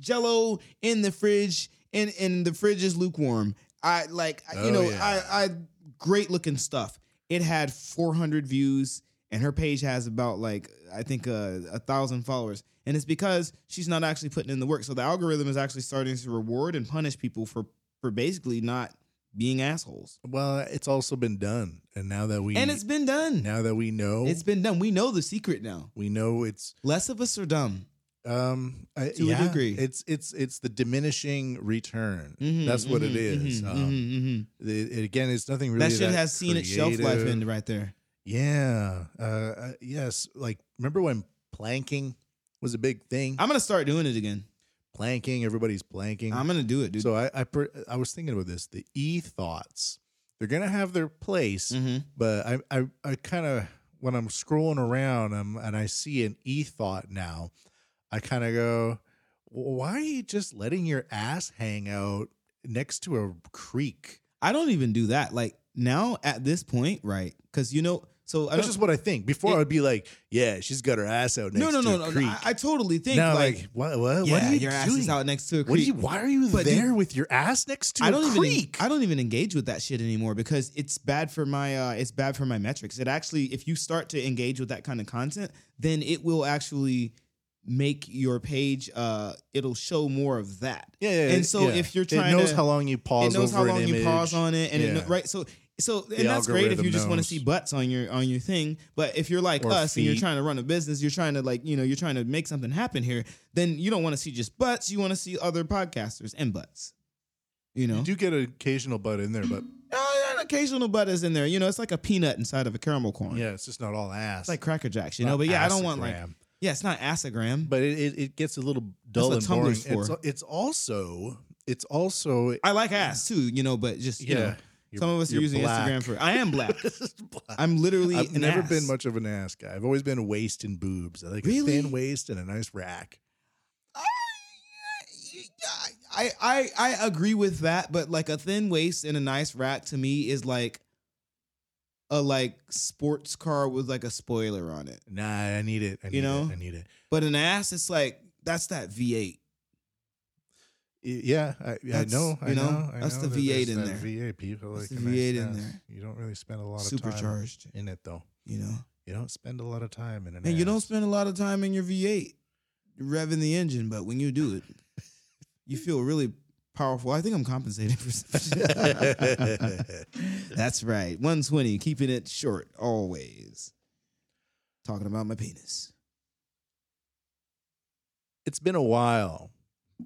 Speaker 2: Jello in the fridge, and and the fridge is lukewarm. I like I-
Speaker 1: Oh,
Speaker 2: you know
Speaker 1: yeah.
Speaker 2: I I great looking stuff. It had 400 views, and her page has about like I think uh, a thousand followers, and it's because she's not actually putting in the work. So the algorithm is actually starting to reward and punish people for for basically not being assholes.
Speaker 1: well, it's also been done, and now that we
Speaker 2: And it's been done.
Speaker 1: now that we know,
Speaker 2: It's been done. We know the secret now.
Speaker 1: we know it's
Speaker 2: Less of us are dumb.
Speaker 1: um I,
Speaker 2: To a
Speaker 1: yeah,
Speaker 2: degree.
Speaker 1: It's it's it's the diminishing return.
Speaker 2: Mhm,
Speaker 1: That's what it
Speaker 2: mhm,
Speaker 1: is.
Speaker 2: mhm,
Speaker 1: um,
Speaker 2: mhm, mhm.
Speaker 1: It, it- again, it's nothing really.
Speaker 2: that shit has seen its shelf life
Speaker 1: creative.
Speaker 2: end right there.
Speaker 1: Yeah. Uh, uh, yes. Like remember when planking was a big thing?
Speaker 2: I'm gonna start doing it again.
Speaker 1: planking. Everybody's planking.
Speaker 2: I'm gonna do it, dude.
Speaker 1: so I I, per, I was thinking about this. The e thoughts. They're gonna have their place.
Speaker 2: Mhm.
Speaker 1: but I I, I kind of when I'm scrolling around um and I see an e thought now, I kind of go, why are you just letting your ass hang out next to a creek?
Speaker 2: I don't even do that. Like now at this point, right? Because you know, so I
Speaker 1: That's
Speaker 2: don't.
Speaker 1: just what I think. Before I'd be like, yeah, she's got her ass out next
Speaker 2: no, no,
Speaker 1: to
Speaker 2: no,
Speaker 1: a
Speaker 2: no.
Speaker 1: creek.
Speaker 2: I, I totally think
Speaker 1: now,
Speaker 2: like,
Speaker 1: like, what, what,
Speaker 2: yeah,
Speaker 1: what are you
Speaker 2: your
Speaker 1: doing?
Speaker 2: ass is out next to a
Speaker 1: what
Speaker 2: creek.
Speaker 1: do you, why are you
Speaker 2: But dude-
Speaker 1: there with your ass next to
Speaker 2: I
Speaker 1: a
Speaker 2: don't even
Speaker 1: creek?
Speaker 2: I don't even engage with that shit anymore because it's bad for my uh, it's bad for my metrics. It actually, if you start to engage with that kind of content, then it will actually make your page. Uh, it'll show more of that.
Speaker 1: yeah, yeah,
Speaker 2: And so
Speaker 1: yeah.
Speaker 2: if you're trying
Speaker 1: it knows
Speaker 2: to-
Speaker 1: how long you pause
Speaker 2: it knows
Speaker 1: over
Speaker 2: how long
Speaker 1: an image.
Speaker 2: you pause on it and it
Speaker 1: Yeah.
Speaker 2: kno- right so so and
Speaker 1: The
Speaker 2: that's great if you
Speaker 1: algorithm
Speaker 2: just want to
Speaker 1: knows.
Speaker 2: see butts on your on your thing but if you're like
Speaker 1: Or
Speaker 2: us and you're
Speaker 1: feet.
Speaker 2: trying to run a business you're trying to like you know you're trying to make something happen here then you don't want to see just butts you want to see other podcasters and butts you know
Speaker 1: You do get an occasional butt in there, but
Speaker 2: Oh, yeah, an occasional butt is in there you know it's like a peanut inside of a caramel corn
Speaker 1: yeah, it's just not all ass.
Speaker 2: it's like cracker jacks you know but yeah i don't want like yeah it's not asagram but
Speaker 1: but it, it, it gets a little dull
Speaker 2: what
Speaker 1: and boring.
Speaker 2: Tumblr's
Speaker 1: It's,
Speaker 2: for.
Speaker 1: it's also it's also
Speaker 2: i like ass too you know but just you know
Speaker 1: You're-
Speaker 2: some of us are
Speaker 1: you're
Speaker 2: using
Speaker 1: black.
Speaker 2: instagram for i am black
Speaker 1: black.
Speaker 2: i'm literally
Speaker 1: I've
Speaker 2: an
Speaker 1: never
Speaker 2: ass.
Speaker 1: been much of an ass guy. I've always been waist and boobs. I like a
Speaker 2: Really?
Speaker 1: thin waist and a nice rack.
Speaker 2: I, I I agree with that, but like a thin waist and a nice rack to me is like a like sports car with like a spoiler on it.
Speaker 1: Nah, I need it. I need
Speaker 2: You know?
Speaker 1: it. I need it.
Speaker 2: But an ass, it's like that's that V8.
Speaker 1: Y- Yeah, I, I
Speaker 2: That's-
Speaker 1: know. I
Speaker 2: you know,
Speaker 1: know. I
Speaker 2: that's
Speaker 1: know
Speaker 2: the
Speaker 1: that
Speaker 2: V8
Speaker 1: there's
Speaker 2: in
Speaker 1: that
Speaker 2: there.
Speaker 1: VA people
Speaker 2: That's
Speaker 1: like
Speaker 2: the
Speaker 1: a nice
Speaker 2: V8 in
Speaker 1: ass.
Speaker 2: there.
Speaker 1: You don't really spend a lot of time
Speaker 2: Supercharged,
Speaker 1: in it though.
Speaker 2: you know.
Speaker 1: You don't spend a lot of time in an.
Speaker 2: And you don't
Speaker 1: ass.
Speaker 2: spend a lot of time in your V8 revving the engine, but when you do it, you feel really powerful. I think I'm compensating for some shit. That's right. 120, keeping it short always. Talking about my penis.
Speaker 1: it's been a while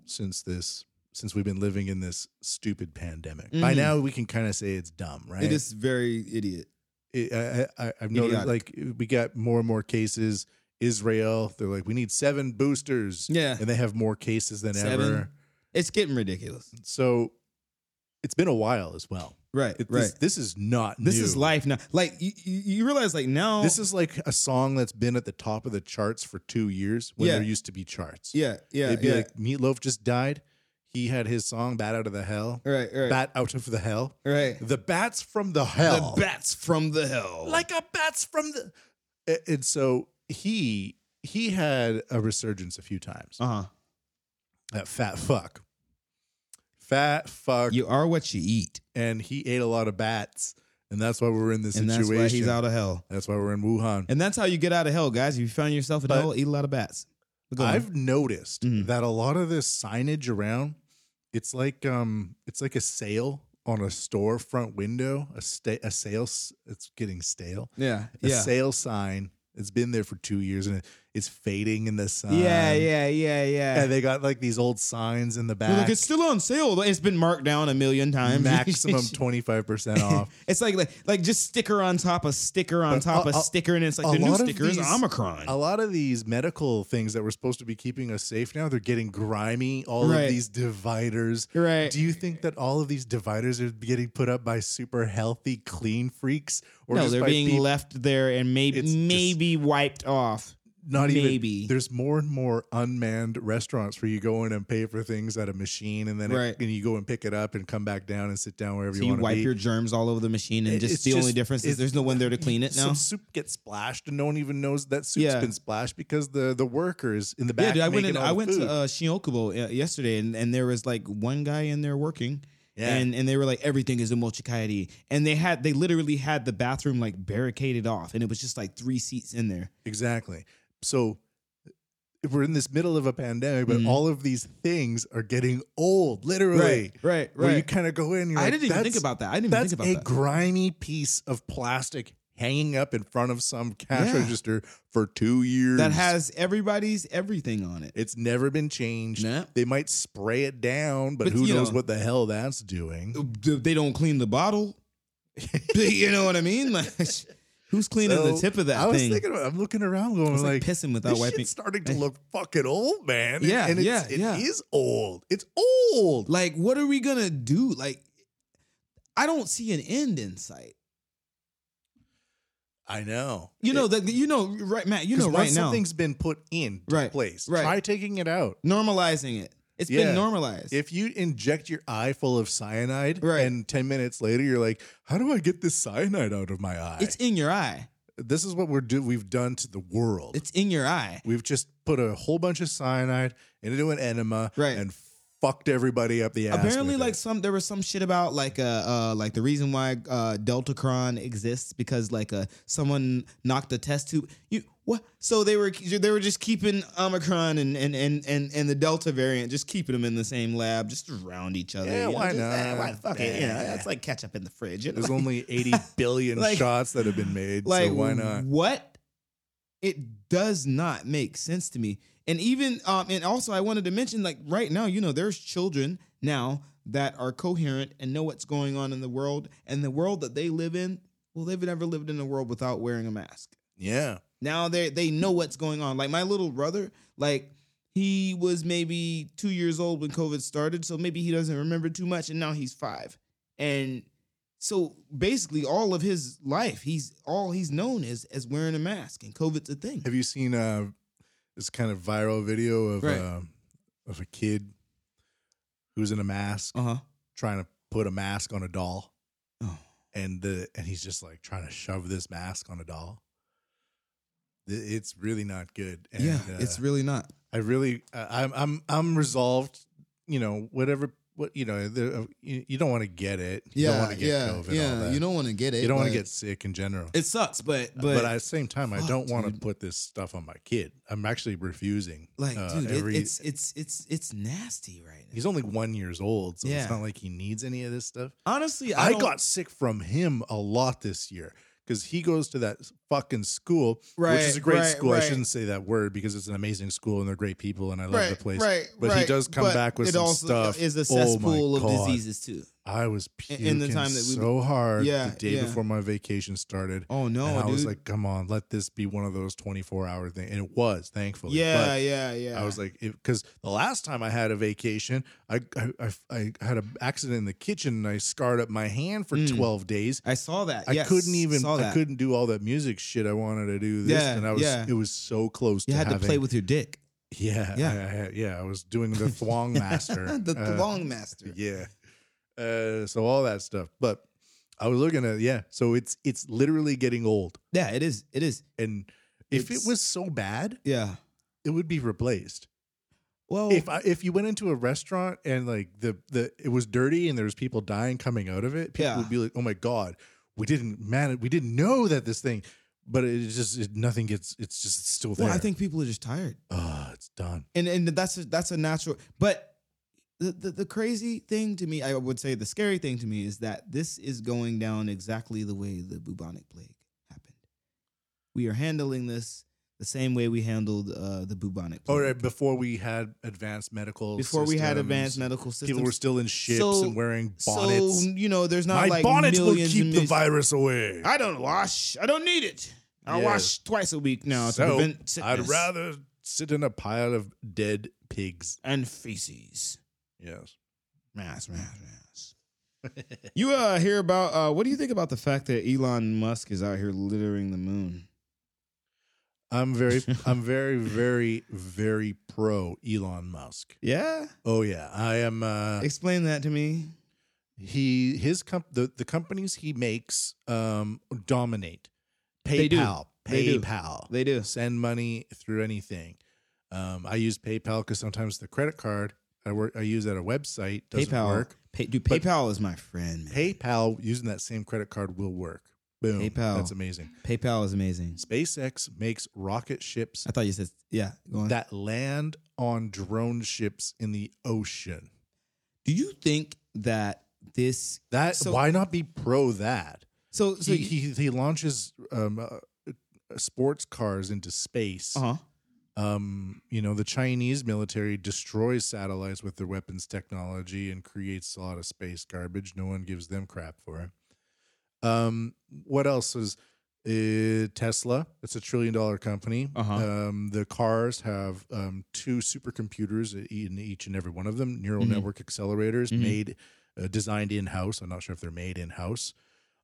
Speaker 1: since this since we've been living in this stupid pandemic. By
Speaker 2: Mhm.
Speaker 1: now we can kind of say it's dumb, right?
Speaker 2: It is very idiot.
Speaker 1: It- I, I, I've noticed
Speaker 2: Idiotic.
Speaker 1: like we got more and more cases. Israel, they're like we need seven boosters,
Speaker 2: Yeah.
Speaker 1: and they have more cases than
Speaker 2: Seven?
Speaker 1: ever.
Speaker 2: It's getting ridiculous.
Speaker 1: So it's been a while as well.
Speaker 2: Right.
Speaker 1: It-
Speaker 2: right.
Speaker 1: This, this is not
Speaker 2: This,
Speaker 1: new.
Speaker 2: is life now. Like you, you you realize like now
Speaker 1: This is like a song that's been at the top of the charts for two years when
Speaker 2: Yeah.
Speaker 1: there used to be charts.
Speaker 2: yeah, yeah,
Speaker 1: They'd be
Speaker 2: yeah.
Speaker 1: like, Meatloaf just died. he had his song "Bat Out of the Hell."
Speaker 2: Right, right.
Speaker 1: Bat out of the hell.
Speaker 2: Right.
Speaker 1: The bats from the hell.
Speaker 2: The bats from the hell.
Speaker 1: like a bats from the. A- And so he he had a resurgence a few times.
Speaker 2: uh huh.
Speaker 1: That fat fuck. Fat fuck.
Speaker 2: You are what you eat,
Speaker 1: and he ate a lot of bats, and that's why we're in this
Speaker 2: and
Speaker 1: situation.
Speaker 2: that's why he's out of hell.
Speaker 1: That's why we're in Wuhan.
Speaker 2: And that's how you get out of hell, guys. If you found yourself in
Speaker 1: But-
Speaker 2: hell, eat a lot of bats. But go on.
Speaker 1: I've noticed
Speaker 2: Mhm.
Speaker 1: that a lot of this signage around, it's like um, it's like a sale on a storefront window. A sta- a sales, it's getting stale.
Speaker 2: yeah,
Speaker 1: A
Speaker 2: yeah.
Speaker 1: sale sign. It's been there for two years and it- it's fading in the sun.
Speaker 2: yeah, yeah, yeah, yeah.
Speaker 1: And they got like these old signs in the
Speaker 2: Well,
Speaker 1: back.
Speaker 2: look, it's still on sale. It's been marked down a million times.
Speaker 1: maximum twenty five percent off.
Speaker 2: It's like, like like just sticker on top of sticker on
Speaker 1: But
Speaker 2: top
Speaker 1: a-
Speaker 2: of
Speaker 1: a-
Speaker 2: sticker, and it's
Speaker 1: a
Speaker 2: like the new
Speaker 1: lot of
Speaker 2: sticker is
Speaker 1: these-
Speaker 2: Omicron.
Speaker 1: A lot of these medical things that were supposed to be keeping us safe now, they're getting grimy. All
Speaker 2: Right.
Speaker 1: of these dividers.
Speaker 2: Right.
Speaker 1: Do you think that all of these dividers are getting put up by super healthy, clean freaks? Or
Speaker 2: no,
Speaker 1: just
Speaker 2: they're
Speaker 1: by
Speaker 2: being
Speaker 1: peop-
Speaker 2: left there and maybe
Speaker 1: It's just-
Speaker 2: maybe wiped off.
Speaker 1: not even
Speaker 2: maybe.
Speaker 1: there's more and more unmanned restaurants where you go in and pay for things at a machine and then it-
Speaker 2: Right.
Speaker 1: and you go and pick it up and come back down and sit down wherever
Speaker 2: So
Speaker 1: you
Speaker 2: you
Speaker 1: want to
Speaker 2: wipe
Speaker 1: be.
Speaker 2: your germs all over the machine, and
Speaker 1: It-
Speaker 2: just
Speaker 1: it's
Speaker 2: the only
Speaker 1: just-
Speaker 2: difference
Speaker 1: it's-
Speaker 2: is there's no one there to clean it now.
Speaker 1: Some soup gets splashed and no one even knows that soup's
Speaker 2: Yeah.
Speaker 1: been splashed because the the workers in the back.
Speaker 2: Yeah, dude, I went
Speaker 1: making
Speaker 2: in,
Speaker 1: all
Speaker 2: I
Speaker 1: the
Speaker 2: went
Speaker 1: food.
Speaker 2: to uh, Shinjuku uh, yesterday, and, and there was like one guy in there working.
Speaker 1: Yeah.
Speaker 2: And and they were like everything is a mochikaidi, and they had they literally had the bathroom like barricaded off, and it was just like three seats in there.
Speaker 1: Exactly. So if we're in this middle of a pandemic, but
Speaker 2: Mhm.
Speaker 1: all of these things are getting old, literally.
Speaker 2: right,
Speaker 1: Where you kind of go in, and you're
Speaker 2: I
Speaker 1: like,
Speaker 2: didn't even think
Speaker 1: "That's-
Speaker 2: about that. I didn't even
Speaker 1: That's
Speaker 2: think about
Speaker 1: a
Speaker 2: that.
Speaker 1: grimy piece of plastic hanging up in front of some cash
Speaker 2: Yeah.
Speaker 1: register for two years.
Speaker 2: that has everybody's everything on it.
Speaker 1: it's never been changed.
Speaker 2: No.
Speaker 1: They might spray it down, but,
Speaker 2: But,
Speaker 1: who
Speaker 2: you
Speaker 1: knows
Speaker 2: know-
Speaker 1: what the hell that's doing?
Speaker 2: They don't clean the bottle. you know what I mean? Like, who's cleaning the
Speaker 1: So,
Speaker 2: tip of that
Speaker 1: I was
Speaker 2: thing?
Speaker 1: thinking about. I'm looking around, going
Speaker 2: it's
Speaker 1: like,
Speaker 2: like, pissing without
Speaker 1: this
Speaker 2: wiping.
Speaker 1: shit's starting to look fucking old, man.
Speaker 2: eh. Yeah,
Speaker 1: and, and it's,
Speaker 2: yeah, yeah.
Speaker 1: It is old. It's old.
Speaker 2: Like, what are we gonna do? Like, I don't see an end in sight.
Speaker 1: I know.
Speaker 2: You
Speaker 1: It-
Speaker 2: know that you know right, Matt. You
Speaker 1: 'cause
Speaker 2: know
Speaker 1: once
Speaker 2: right now,
Speaker 1: something's been put in
Speaker 2: Right,
Speaker 1: place.
Speaker 2: right.
Speaker 1: Try taking it out.
Speaker 2: normalizing it. It's
Speaker 1: Yeah.
Speaker 2: been normalized.
Speaker 1: If you inject your eye full of cyanide,
Speaker 2: Right.
Speaker 1: and ten minutes later you're like, "How do I get this cyanide out of my eye?"
Speaker 2: it's in your eye.
Speaker 1: this is what we're do. We've done to the world.
Speaker 2: It's in your eye.
Speaker 1: we've just put a whole bunch of cyanide into an enema,
Speaker 2: Right.
Speaker 1: and fucked everybody up the ass.
Speaker 2: Apparently,
Speaker 1: with
Speaker 2: like
Speaker 1: it.
Speaker 2: some there was some shit about like uh, uh like the reason why uh Deltacron exists because like uh someone knocked a test tube. You what? So they were they were just keeping Omicron and and and and, and the Delta variant, just keeping them in the same lab, just around each other.
Speaker 1: Yeah,
Speaker 2: you know,
Speaker 1: why
Speaker 2: just,
Speaker 1: not?
Speaker 2: eh, why fuck it? You know,
Speaker 1: Nah.
Speaker 2: it's like ketchup in the fridge. you know,
Speaker 1: there's
Speaker 2: like-
Speaker 1: only 80 billion
Speaker 2: Like-
Speaker 1: shots that have been made,
Speaker 2: like
Speaker 1: so why not?
Speaker 2: what it does not make sense to me and even um and also i wanted to mention like right now you know there's children now that are coherent and know what's going on in the world and the world that they live in well they've never lived in a world without wearing a mask
Speaker 1: Yeah,
Speaker 2: now they they know what's going on. Like my little brother, like he was maybe two years old when COVID started, so maybe he doesn't remember too much, and now he's five. And so basically, all of his life, he's all he's known is as wearing a mask, and COVID's a thing.
Speaker 1: Have you seen uh, this kind of viral video of
Speaker 2: Right.
Speaker 1: uh, of a kid who's in a mask
Speaker 2: Uh huh.
Speaker 1: trying to put a mask on a doll,
Speaker 2: Oh.
Speaker 1: and the and he's just like trying to shove this mask on a doll. Th- It's really not good. And,
Speaker 2: Yeah,
Speaker 1: uh,
Speaker 2: it's really not.
Speaker 1: I really uh, I'm I'm I'm resolved. You know whatever what you know the, uh, you, you don't want to get it. You don't want to get COVID. all that.
Speaker 2: don't want to get it.
Speaker 1: you don't want
Speaker 2: but-
Speaker 1: to get sick in general.
Speaker 2: It sucks, but but,
Speaker 1: But, at the same time, I
Speaker 2: Fuck,
Speaker 1: don't want to
Speaker 2: dude.
Speaker 1: put this stuff on my kid. I'm actually refusing.
Speaker 2: like,
Speaker 1: uh,
Speaker 2: dude, it-
Speaker 1: every-
Speaker 2: it's it's it's it's nasty right now.
Speaker 1: he's only one years old, so
Speaker 2: Yeah.
Speaker 1: it's not like he needs any of this stuff.
Speaker 2: Honestly, I,
Speaker 1: I,
Speaker 2: don't-
Speaker 1: got sick from him a lot this year because he goes to that fucking school, which is a
Speaker 2: Right,
Speaker 1: great
Speaker 2: right,
Speaker 1: school.
Speaker 2: right.
Speaker 1: I shouldn't say that word because it's an amazing school and they're great people and I love the place.
Speaker 2: Right,
Speaker 1: But he
Speaker 2: right.
Speaker 1: does come back with
Speaker 2: it
Speaker 1: some
Speaker 2: also
Speaker 1: stuff.
Speaker 2: Is a
Speaker 1: Oh my
Speaker 2: cesspool of
Speaker 1: God.
Speaker 2: diseases too.
Speaker 1: I was
Speaker 2: In-
Speaker 1: puking
Speaker 2: in the time that we-
Speaker 1: so hard
Speaker 2: Yeah,
Speaker 1: the day
Speaker 2: yeah.
Speaker 1: before my vacation started.
Speaker 2: Oh no,
Speaker 1: and I
Speaker 2: dude.
Speaker 1: was like, come on, let this be one of those 24 hour things. And it was, thankfully.
Speaker 2: yeah,
Speaker 1: But
Speaker 2: yeah, yeah.
Speaker 1: I was like, because the last time I had a vacation, I, I I I had an accident in the kitchen and I scarred up my hand for
Speaker 2: Mm.
Speaker 1: twelve days.
Speaker 2: I saw that.
Speaker 1: I
Speaker 2: yes,
Speaker 1: couldn't even
Speaker 2: Saw that.
Speaker 1: I couldn't do all that music shit I wanted to do. This
Speaker 2: Yeah,
Speaker 1: and I was
Speaker 2: yeah.
Speaker 1: it was so close
Speaker 2: You
Speaker 1: to
Speaker 2: had to
Speaker 1: having
Speaker 2: play with your dick.
Speaker 1: Yeah,
Speaker 2: Yeah.
Speaker 1: I- I- yeah. I was doing the Thwong Master.
Speaker 2: the
Speaker 1: uh,
Speaker 2: Thwong Master.
Speaker 1: Yeah. Uh, so all that stuff. But I was looking at yeah. So it's it's literally getting old,
Speaker 2: Yeah, it is. It is.
Speaker 1: and if
Speaker 2: It's-
Speaker 1: it was so bad,
Speaker 2: Yeah.
Speaker 1: it would be replaced.
Speaker 2: Well,
Speaker 1: If I, if you went into a restaurant and like the the it was dirty and there was people dying coming out of it, people
Speaker 2: Yeah.
Speaker 1: would be like, "Oh my god, we didn't man, we didn't know that this thing." But it just it, nothing gets. It's just still there.
Speaker 2: well, I think people are just tired.
Speaker 1: oh, it's done.
Speaker 2: and and that's a, that's a natural but the, the the crazy thing to me i would say the scary thing to me is that this is going down exactly the way the bubonic plague happened we are handling this the same way we handled uh, the bubonic plague
Speaker 1: All right, before we had advanced medical.
Speaker 2: before we had advanced
Speaker 1: Oh, systems,
Speaker 2: medical systems
Speaker 1: people were still in ships
Speaker 2: So-
Speaker 1: and wearing
Speaker 2: so
Speaker 1: bonnets.
Speaker 2: you know there's not
Speaker 1: My
Speaker 2: like
Speaker 1: bonnets will
Speaker 2: millions
Speaker 1: keep
Speaker 2: and
Speaker 1: the
Speaker 2: millions-
Speaker 1: virus away.
Speaker 2: i don't wash i don't need it i
Speaker 1: Yeah.
Speaker 2: wash twice a week now to
Speaker 1: so
Speaker 2: prevent sickness
Speaker 1: I'd rather sit in a pile of dead pigs.
Speaker 2: and feces
Speaker 1: Yes.
Speaker 2: Mass, mass, mass. you uh hear about uh what do you think about the fact that Elon Musk is out here littering the moon?
Speaker 1: I'm very, I'm very, very, very pro Elon Musk.
Speaker 2: Yeah?
Speaker 1: Oh yeah, I am. Uh,
Speaker 2: Explain that to me.
Speaker 1: he, his comp, the, the companies he makes um, dominate. PayPal,
Speaker 2: They do. They do.
Speaker 1: PayPal.
Speaker 2: They do.
Speaker 1: send money through anything. Um, I use PayPal because sometimes the credit card I work I use at a website doesn't
Speaker 2: PayPal.
Speaker 1: work.
Speaker 2: Pay, dude,
Speaker 1: But-
Speaker 2: PayPal is my friend, man.
Speaker 1: PayPal using that same credit card will work. Boom.
Speaker 2: PayPal.
Speaker 1: That's amazing.
Speaker 2: PayPal is amazing.
Speaker 1: SpaceX makes rocket ships
Speaker 2: I thought you said yeah, go on.
Speaker 1: that land on drone ships in the ocean.
Speaker 2: do you think that this
Speaker 1: That
Speaker 2: So-
Speaker 1: why not be pro that?
Speaker 2: so so
Speaker 1: he, he he launches um, uh, sports cars into space.
Speaker 2: uh-huh.
Speaker 1: um, you know, the Chinese military destroys satellites with their weapons technology and creates a lot of space garbage. No one gives them crap for it. Um, what else is uh, Tesla? It's a trillion dollar company.
Speaker 2: Uh-huh.
Speaker 1: Um, the cars have um, two supercomputers eh, in each and every one of them, neural
Speaker 2: Mhm.
Speaker 1: network accelerators
Speaker 2: Mhm.
Speaker 1: made, uh, designed in house. I'm not sure if they're made in house.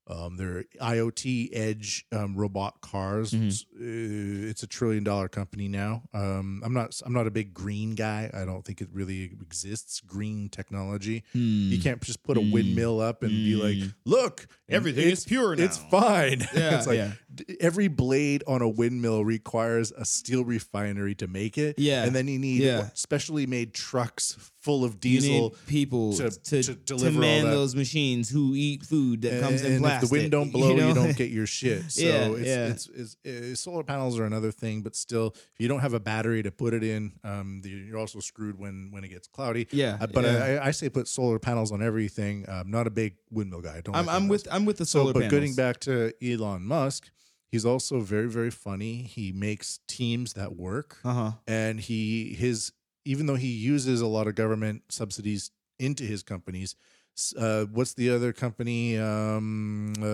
Speaker 1: Um, they're IoT edge um, robot cars.
Speaker 2: Mhm.
Speaker 1: It's, uh, it's a trillion dollar company now. Um, I'm not. I'm not a big green guy. I don't think it really exists. Green technology. You can't just put a
Speaker 2: Mm.
Speaker 1: windmill up and be like,
Speaker 2: Mm.
Speaker 1: "Look,
Speaker 2: Everything is pure now.
Speaker 1: It's fine."
Speaker 2: Yeah,
Speaker 1: it's like
Speaker 2: yeah.
Speaker 1: d- every blade on a windmill requires a steel refinery to make it.
Speaker 2: Yeah,
Speaker 1: and then you need
Speaker 2: yeah.
Speaker 1: what, specially made trucks full of
Speaker 2: You
Speaker 1: diesel.
Speaker 2: need people
Speaker 1: to-
Speaker 2: to,
Speaker 1: to
Speaker 2: to,
Speaker 1: deliver all
Speaker 2: man
Speaker 1: that.
Speaker 2: those machines who eat food that comes in
Speaker 1: and
Speaker 2: plastic.
Speaker 1: If the wind don't blow, you,
Speaker 2: know?
Speaker 1: don't get your shit. So
Speaker 2: Yeah,
Speaker 1: it's,
Speaker 2: yeah.
Speaker 1: It's, it's, it's- solar panels are another thing, but still, if you don't have a battery to put it in, um, the, you're also screwed when when it gets cloudy.
Speaker 2: Yeah,
Speaker 1: Uh, but
Speaker 2: yeah.
Speaker 1: I, I say put solar panels on everything. I'm not a big windmill guy. I don't.
Speaker 2: I'm
Speaker 1: like
Speaker 2: I'm
Speaker 1: windmills.
Speaker 2: with I'm with the
Speaker 1: So,
Speaker 2: solar
Speaker 1: but
Speaker 2: panels.
Speaker 1: getting back to Elon Musk, he's also very very funny. He makes teams that work
Speaker 2: Uh-huh.
Speaker 1: and he his even though he uses a lot of government subsidies into his companies s- uh, what's the other company um, uh,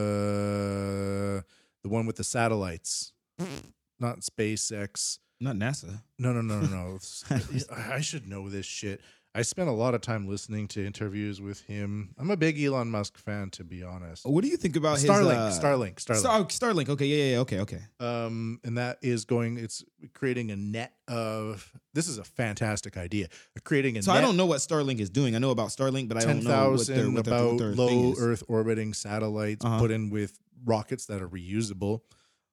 Speaker 1: the one with the satellites not spacex
Speaker 2: Not NASA.
Speaker 1: no no no no no i should know this shit i spent a lot of time listening to interviews with him i'm a big elon musk fan to be honest
Speaker 2: What do you think about
Speaker 1: starlink,
Speaker 2: his, uh,
Speaker 1: starlink starlink
Speaker 2: Star- oh, Starlink. Okay, yeah, yeah, yeah, okay, okay.
Speaker 1: um, and that is going. It's creating a net of. This is a fantastic idea. Creating a
Speaker 2: So
Speaker 1: net
Speaker 2: I don't know what Starlink is doing. I know about Starlink, but I
Speaker 1: ten
Speaker 2: don't know what their,
Speaker 1: thousand
Speaker 2: what their,
Speaker 1: about
Speaker 2: what their thing
Speaker 1: low
Speaker 2: is.
Speaker 1: Earth orbiting satellites
Speaker 2: Uh-huh.
Speaker 1: put in with rockets that are reusable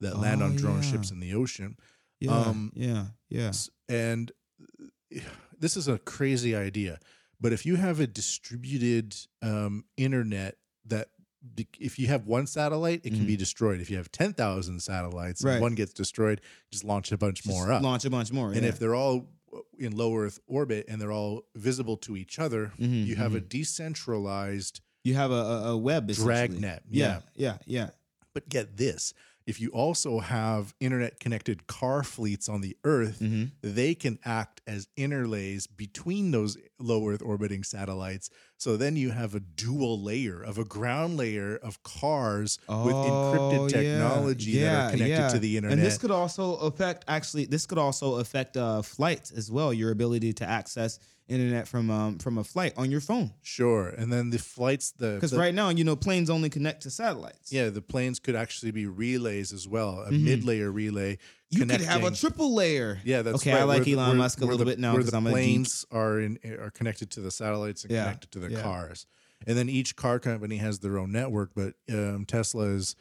Speaker 1: that land
Speaker 2: Oh,
Speaker 1: on drone
Speaker 2: yeah.
Speaker 1: ships in the ocean.
Speaker 2: Yeah,
Speaker 1: um,
Speaker 2: yeah, yeah.
Speaker 1: S- And uh, this is a crazy idea, but if you have a distributed um, internet that be- if you have one satellite, it can be destroyed. If you have 10,000 satellites and
Speaker 2: Mm-hmm. Right.
Speaker 1: one gets destroyed, just launch a bunch
Speaker 2: Just
Speaker 1: more up.
Speaker 2: Launch a bunch more.
Speaker 1: And
Speaker 2: yeah.
Speaker 1: if they're all uh, in low Earth orbit and they're all visible to each other,
Speaker 2: Mhm,
Speaker 1: you have a
Speaker 2: mhm.
Speaker 1: decentralized.
Speaker 2: you have a, a, a web essentially.
Speaker 1: Dragnet,
Speaker 2: Yeah, yeah, yeah.
Speaker 1: But get this if you also have internet connected car fleets on the Earth,
Speaker 2: hmm
Speaker 1: they can act as interlays between those low Earth orbiting satellites. So then you have a dual layer of a ground layer of cars with
Speaker 2: Oh,
Speaker 1: encrypted
Speaker 2: yeah,
Speaker 1: technology that are
Speaker 2: yeah,
Speaker 1: connected
Speaker 2: yeah.
Speaker 1: to the internet.
Speaker 2: And this could also affect actually this could also affect uh, flights as well, your ability to access internet from um, from a flight on your phone.
Speaker 1: Sure. And then the flights, the
Speaker 2: Because
Speaker 1: the-
Speaker 2: right now, you know, planes only connect to satellites.
Speaker 1: yeah, the planes could actually be relays as well, a
Speaker 2: Mhm.
Speaker 1: mid-layer relay.
Speaker 2: you could have a
Speaker 1: connecting-
Speaker 2: triple layer.
Speaker 1: Yeah, that's
Speaker 2: okay.
Speaker 1: Right.
Speaker 2: I like
Speaker 1: where the-
Speaker 2: Elon
Speaker 1: where-
Speaker 2: Musk a
Speaker 1: where
Speaker 2: little
Speaker 1: the-
Speaker 2: bit now
Speaker 1: Where
Speaker 2: because
Speaker 1: the
Speaker 2: I'm a geek.
Speaker 1: planes are in are connected to the satellites and
Speaker 2: Yeah,
Speaker 1: connected to the
Speaker 2: yeah.
Speaker 1: cars, and then each car company has their own network. But um, Tesla is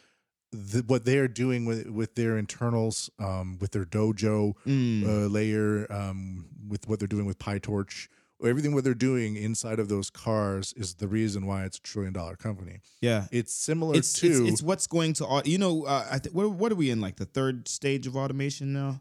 Speaker 1: the, what they are doing with with their internals, um, with their dojo
Speaker 2: Mm.
Speaker 1: uh, layer, um, with what they're doing with PyTorch. Everything what they're doing inside of those cars is the reason why it's a trillion dollar company.
Speaker 2: yeah.
Speaker 1: It's similar
Speaker 2: It's,
Speaker 1: to
Speaker 2: it's it's what's going to au- you know uh, I th- what what are we in like the third stage of automation now?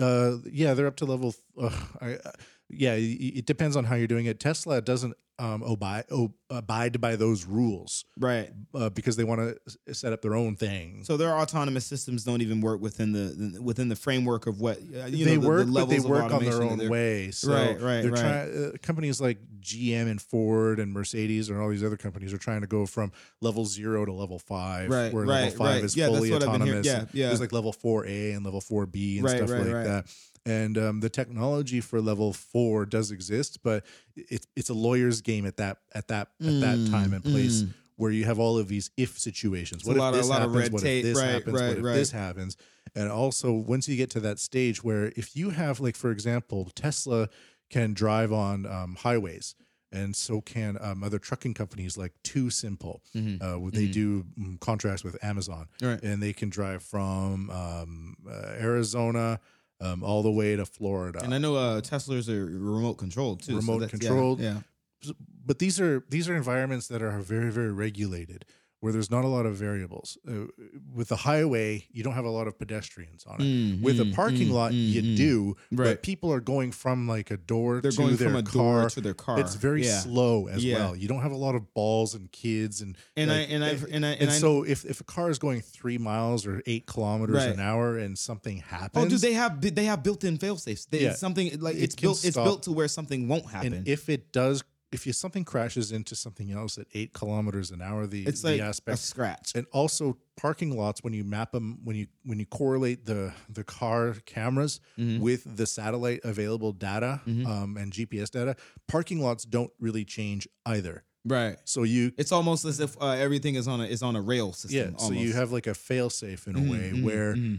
Speaker 1: uh yeah they're up to level uh, I, uh, yeah it, it depends on how you're doing it tesla doesn't um obey, ob- abide by those rules
Speaker 2: Right.
Speaker 1: uh, because they want to set up their own thing
Speaker 2: So their autonomous systems don't even work within the within the framework of what uh, you
Speaker 1: they
Speaker 2: know, the,
Speaker 1: work
Speaker 2: the
Speaker 1: but they
Speaker 2: levels of
Speaker 1: work on
Speaker 2: automation
Speaker 1: their
Speaker 2: that
Speaker 1: own
Speaker 2: they're-
Speaker 1: way so
Speaker 2: Right, right,
Speaker 1: they're
Speaker 2: right.
Speaker 1: trying uh, companies like gm and ford and mercedes and all these other companies are trying to go from level zero to level five
Speaker 2: Right,
Speaker 1: where
Speaker 2: right,
Speaker 1: level five
Speaker 2: right.
Speaker 1: is
Speaker 2: Yeah, that's
Speaker 1: fully
Speaker 2: what I've been hearing.
Speaker 1: autonomous
Speaker 2: Yeah,
Speaker 1: and
Speaker 2: yeah.
Speaker 1: there's like level 4a and level 4b and
Speaker 2: Right,
Speaker 1: stuff
Speaker 2: right,
Speaker 1: like
Speaker 2: right.
Speaker 1: that and um, the technology for level four does exist but it's it's a lawyer's game at that at that at that
Speaker 2: Mm,
Speaker 1: time and place where you have all of these if situations
Speaker 2: a
Speaker 1: what if
Speaker 2: lot of-
Speaker 1: this
Speaker 2: a lot of
Speaker 1: happens
Speaker 2: red
Speaker 1: what
Speaker 2: tape.
Speaker 1: if this
Speaker 2: Right,
Speaker 1: happens
Speaker 2: right,
Speaker 1: what if
Speaker 2: right.
Speaker 1: this happens and also once you get to that stage where if you have like for example tesla can drive on um, highways and so can um, other trucking companies like too simple
Speaker 2: Mhm.
Speaker 1: uh, what they
Speaker 2: Mhm.
Speaker 1: do mm, contracts with amazon
Speaker 2: Right.
Speaker 1: and they can drive from um, uh, arizona um, all the way to florida
Speaker 2: And I know uh, Teslas are remote controlled too. so
Speaker 1: Remote
Speaker 2: that's- yeah,
Speaker 1: controlled.
Speaker 2: Yeah.
Speaker 1: but these are these are environments that are very very regulated where there's not a lot of variables uh, with the highway you don't have a lot of pedestrians on it
Speaker 2: Mm,
Speaker 1: with a
Speaker 2: mm,
Speaker 1: parking
Speaker 2: mm,
Speaker 1: lot
Speaker 2: mm,
Speaker 1: you
Speaker 2: mm.
Speaker 1: do but
Speaker 2: Right.
Speaker 1: people are going from like a door
Speaker 2: They're
Speaker 1: to
Speaker 2: going
Speaker 1: their
Speaker 2: from a
Speaker 1: car
Speaker 2: door to their car.
Speaker 1: it's very
Speaker 2: yeah.
Speaker 1: slow as
Speaker 2: Yeah.
Speaker 1: well you don't have a lot of balls and kids and
Speaker 2: And I
Speaker 1: like,
Speaker 2: and I
Speaker 1: eh,
Speaker 2: and I
Speaker 1: and,
Speaker 2: and I
Speaker 1: so if, if a car is going three miles or eight kilometers
Speaker 2: Right.
Speaker 1: an hour and something happens
Speaker 2: Oh, dude, they have they have built-in fail safes. They,
Speaker 1: Yeah.
Speaker 2: something like
Speaker 1: It
Speaker 2: it's
Speaker 1: can
Speaker 2: built it's
Speaker 1: stop.
Speaker 2: built to where something won't happen.
Speaker 1: and if it does if you, something crashes into something else at eight kilometers an hour the,
Speaker 2: it's
Speaker 1: the
Speaker 2: like a
Speaker 1: aspect
Speaker 2: scratch.
Speaker 1: and also parking lots when you map them when you when you correlate the the car cameras
Speaker 2: Mm-hmm.
Speaker 1: with the satellite available data um, and gps data parking lots don't really change either
Speaker 2: Right.
Speaker 1: so you
Speaker 2: It's almost as if uh, everything is on a is on a rail system.
Speaker 1: yeah so you
Speaker 2: almost.
Speaker 1: have like a fail safe in a
Speaker 2: Mhm,
Speaker 1: way
Speaker 2: mhm,
Speaker 1: where
Speaker 2: mhm.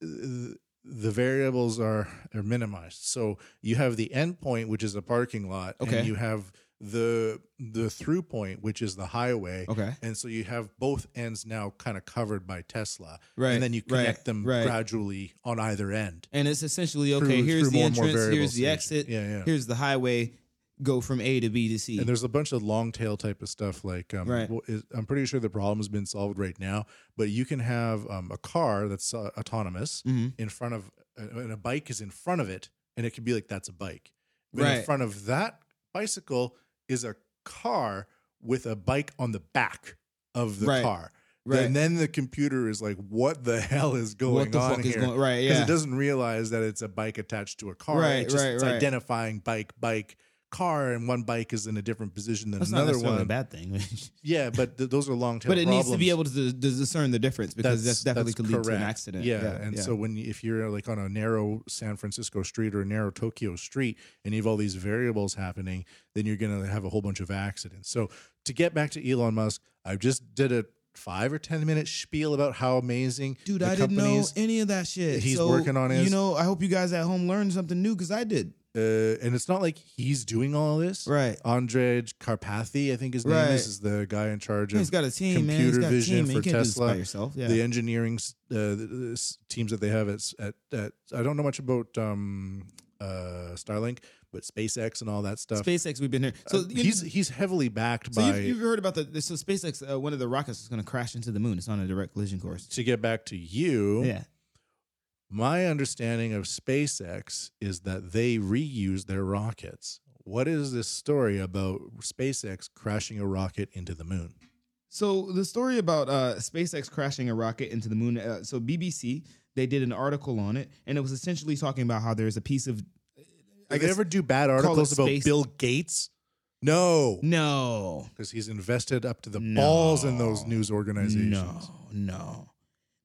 Speaker 1: th- the variables are are minimized. So you have the end point, which is a parking lot,
Speaker 2: Okay.
Speaker 1: and you have the the through point, which is the highway.
Speaker 2: okay.
Speaker 1: And so you have both ends now kind of covered by Tesla.
Speaker 2: Right,
Speaker 1: And then you
Speaker 2: right,
Speaker 1: connect them
Speaker 2: right.
Speaker 1: gradually on either end.
Speaker 2: And it's essentially okay.
Speaker 1: through-
Speaker 2: here's
Speaker 1: through
Speaker 2: the
Speaker 1: more and more
Speaker 2: entrance.
Speaker 1: variable
Speaker 2: Here's the
Speaker 1: stages.
Speaker 2: exit.
Speaker 1: Yeah, yeah.
Speaker 2: Here's the highway. Go from A to B to C.
Speaker 1: And there's a bunch of long tail type of stuff. Like, um,
Speaker 2: Right.
Speaker 1: wh- is- I'm pretty sure the problem has been solved right now, but you can have um, a car that's uh, autonomous
Speaker 2: Mhm.
Speaker 1: in front of, uh, and a bike is in front of it, and it can be like, that's a bike. But in
Speaker 2: Right.
Speaker 1: front of that bicycle is a car with a bike on the back of the
Speaker 2: Right.
Speaker 1: car.
Speaker 2: Right.
Speaker 1: And then the computer is like, what the hell is going
Speaker 2: what the
Speaker 1: on
Speaker 2: fuck
Speaker 1: here?
Speaker 2: is going? Right.
Speaker 1: because
Speaker 2: Yeah.
Speaker 1: it doesn't realize that it's a bike attached to a car.
Speaker 2: Right,
Speaker 1: it just,
Speaker 2: right,
Speaker 1: it's
Speaker 2: right.
Speaker 1: identifying bike, bike, car, and one bike is in a different position than
Speaker 2: That's not
Speaker 1: another
Speaker 2: necessarily
Speaker 1: one.
Speaker 2: a bad thing.
Speaker 1: Yeah, but th- those are long tail.
Speaker 2: but it needs to be able to, d- d- discern the difference because that's, definitely could lead to an
Speaker 1: correct.
Speaker 2: accident.
Speaker 1: Yeah, and so when you, if you're like on a narrow San Francisco street or a narrow Tokyo street, and you have all these variables happening, then you're going to have a whole bunch of accidents. So to get back to Elon Musk, I just did a five or ten minute spiel about how amazing
Speaker 2: Dude,
Speaker 1: the
Speaker 2: I didn't know
Speaker 1: companies-
Speaker 2: any of that shit.
Speaker 1: he's
Speaker 2: So,
Speaker 1: working on his-
Speaker 2: You know, I hope you guys at home learned something new because I did.
Speaker 1: uh, and it's not like he's doing all this.
Speaker 2: Right.
Speaker 1: Andre Karpathy, I think his name
Speaker 2: Right.
Speaker 1: is, is the guy in charge of
Speaker 2: He's got a team, man. He's
Speaker 1: computer
Speaker 2: got a
Speaker 1: vision
Speaker 2: team, man.
Speaker 1: for
Speaker 2: You can't do this by
Speaker 1: Tesla.
Speaker 2: yourself. Yeah.
Speaker 1: the engineering s- uh, the, the s- teams that they have at, s- at, at I don't know much about um, uh, Starlink, but SpaceX and all that stuff.
Speaker 2: SpaceX, we've been here.
Speaker 1: Uh,
Speaker 2: So you-
Speaker 1: he's he's heavily backed
Speaker 2: so
Speaker 1: by.
Speaker 2: you've, you've heard about the so SpaceX. Uh, one of the rockets is going to crash into the moon. It's on a direct collision course.
Speaker 1: to get back to you,
Speaker 2: Yeah.
Speaker 1: my understanding of SpaceX is that they reuse their rockets. What is this story about SpaceX crashing a rocket into the moon?
Speaker 2: So the story about uh, SpaceX crashing a rocket into the moon. Uh, so BBC they did an article on it, and it was essentially talking about how there's a piece of. uh,
Speaker 1: Do they ever do bad
Speaker 2: it
Speaker 1: articles about
Speaker 2: space-
Speaker 1: Bill Gates? No,
Speaker 2: no.
Speaker 1: because he's invested up to the
Speaker 2: No.
Speaker 1: balls in those news organizations.
Speaker 2: No, no.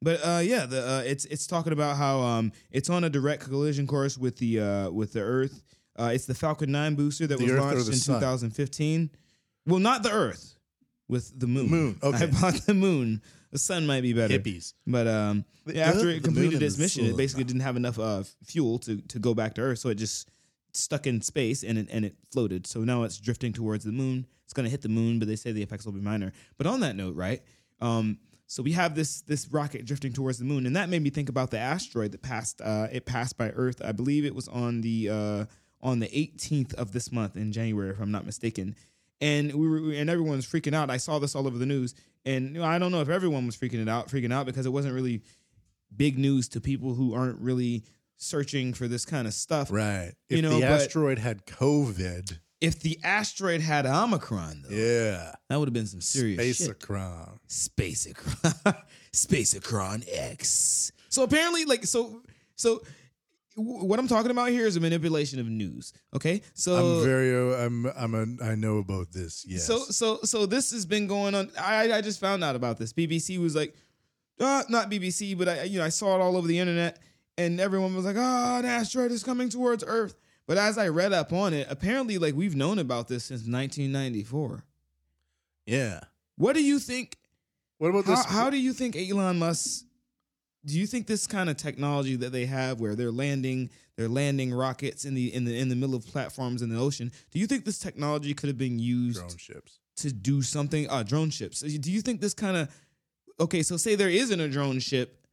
Speaker 2: But uh, yeah, the uh, it's it's talking about how um, it's on a direct collision course with the uh, with the Earth. Uh, it's the Falcon 9 booster that
Speaker 1: The
Speaker 2: was
Speaker 1: Earth or
Speaker 2: launched
Speaker 1: the
Speaker 2: in
Speaker 1: Sun?
Speaker 2: 2015. Well, not the Earth, with the moon.
Speaker 1: Moon, okay.
Speaker 2: I bought the moon. The sun might be better.
Speaker 1: Hippies.
Speaker 2: But um,
Speaker 1: The
Speaker 2: yeah, after
Speaker 1: Earth,
Speaker 2: it
Speaker 1: the moon,
Speaker 2: completed
Speaker 1: and
Speaker 2: its
Speaker 1: the
Speaker 2: mission, it
Speaker 1: sun.
Speaker 2: basically didn't have enough uh, fuel to, to go back to Earth, so it just stuck in space and it, and it floated. So now it's drifting towards the moon. It's going to hit the moon, but they say the effects will be minor. But on that note, right? Um, so we have this this rocket drifting towards the moon, and that made me think about the asteroid that passed. Uh, it passed by Earth. I believe it was on the uh, on the 18th of this month in January, if I'm not mistaken and we were and everyone's freaking out. I saw this all over the news, and you know, I don't know if everyone was freaking it out, freaking out because it wasn't really big news to people who aren't really searching for this kind of stuff.
Speaker 1: Right. If
Speaker 2: You know,
Speaker 1: the
Speaker 2: but-
Speaker 1: asteroid had COVID,
Speaker 2: If the asteroid had Omicron,
Speaker 1: Oh,
Speaker 2: though,
Speaker 1: yeah,
Speaker 2: that would have been some serious shit.
Speaker 1: Basicron.
Speaker 2: Spacicron, Spacicron X. So apparently, like, so, so, w- what I'm talking about here is a manipulation of news. Okay, so
Speaker 1: I'm very. uh, I'm. I'm. A, I know about this. Yes.
Speaker 2: So so so this has been going on. I I just found out about this. BBC was like, uh, not BBC, but I you know I saw it all over the internet, and everyone was like, oh, an asteroid is coming towards Earth. But as I read up on it, apparently like we've known about this since 1994.
Speaker 1: yeah.
Speaker 2: What do you think?
Speaker 1: What about
Speaker 2: How,
Speaker 1: this?
Speaker 2: how do you think Elon Musk? Do you think this kind of technology that they have, where they're landing, they're landing rockets in the in the in the middle of platforms in the ocean, do you think this technology could have been used
Speaker 1: drone ships?
Speaker 2: to do something uh drone ships do you think this kind of okay so say there isn't a drone ship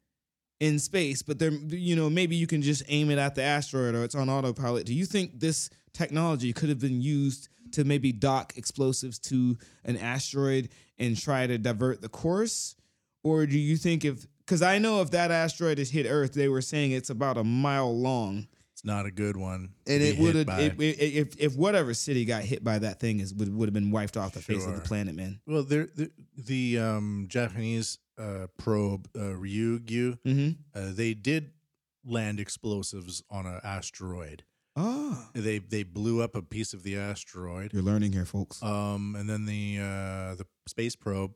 Speaker 2: in space but there you know maybe you can just aim it at the asteroid or it's on autopilot do you think this technology could have been used to maybe dock explosives to an asteroid and try to divert the course or do you think if because i know if that asteroid has hit earth they were saying it's about a mile long
Speaker 1: It's not a good one. to
Speaker 2: and
Speaker 1: be
Speaker 2: it
Speaker 1: hit
Speaker 2: would have
Speaker 1: by.
Speaker 2: it, it, if if whatever city got hit by that thing is would would have been wiped off the face of the
Speaker 1: Sure.
Speaker 2: planet, man.
Speaker 1: Well, there the, the um, Japanese uh, probe uh, Ryugyu,
Speaker 2: Mm-hmm.
Speaker 1: uh, they did land explosives on an asteroid.
Speaker 2: Ah,
Speaker 1: They they blew up a piece of the asteroid.
Speaker 2: you're learning here, folks.
Speaker 1: Um, and then the uh, the space probe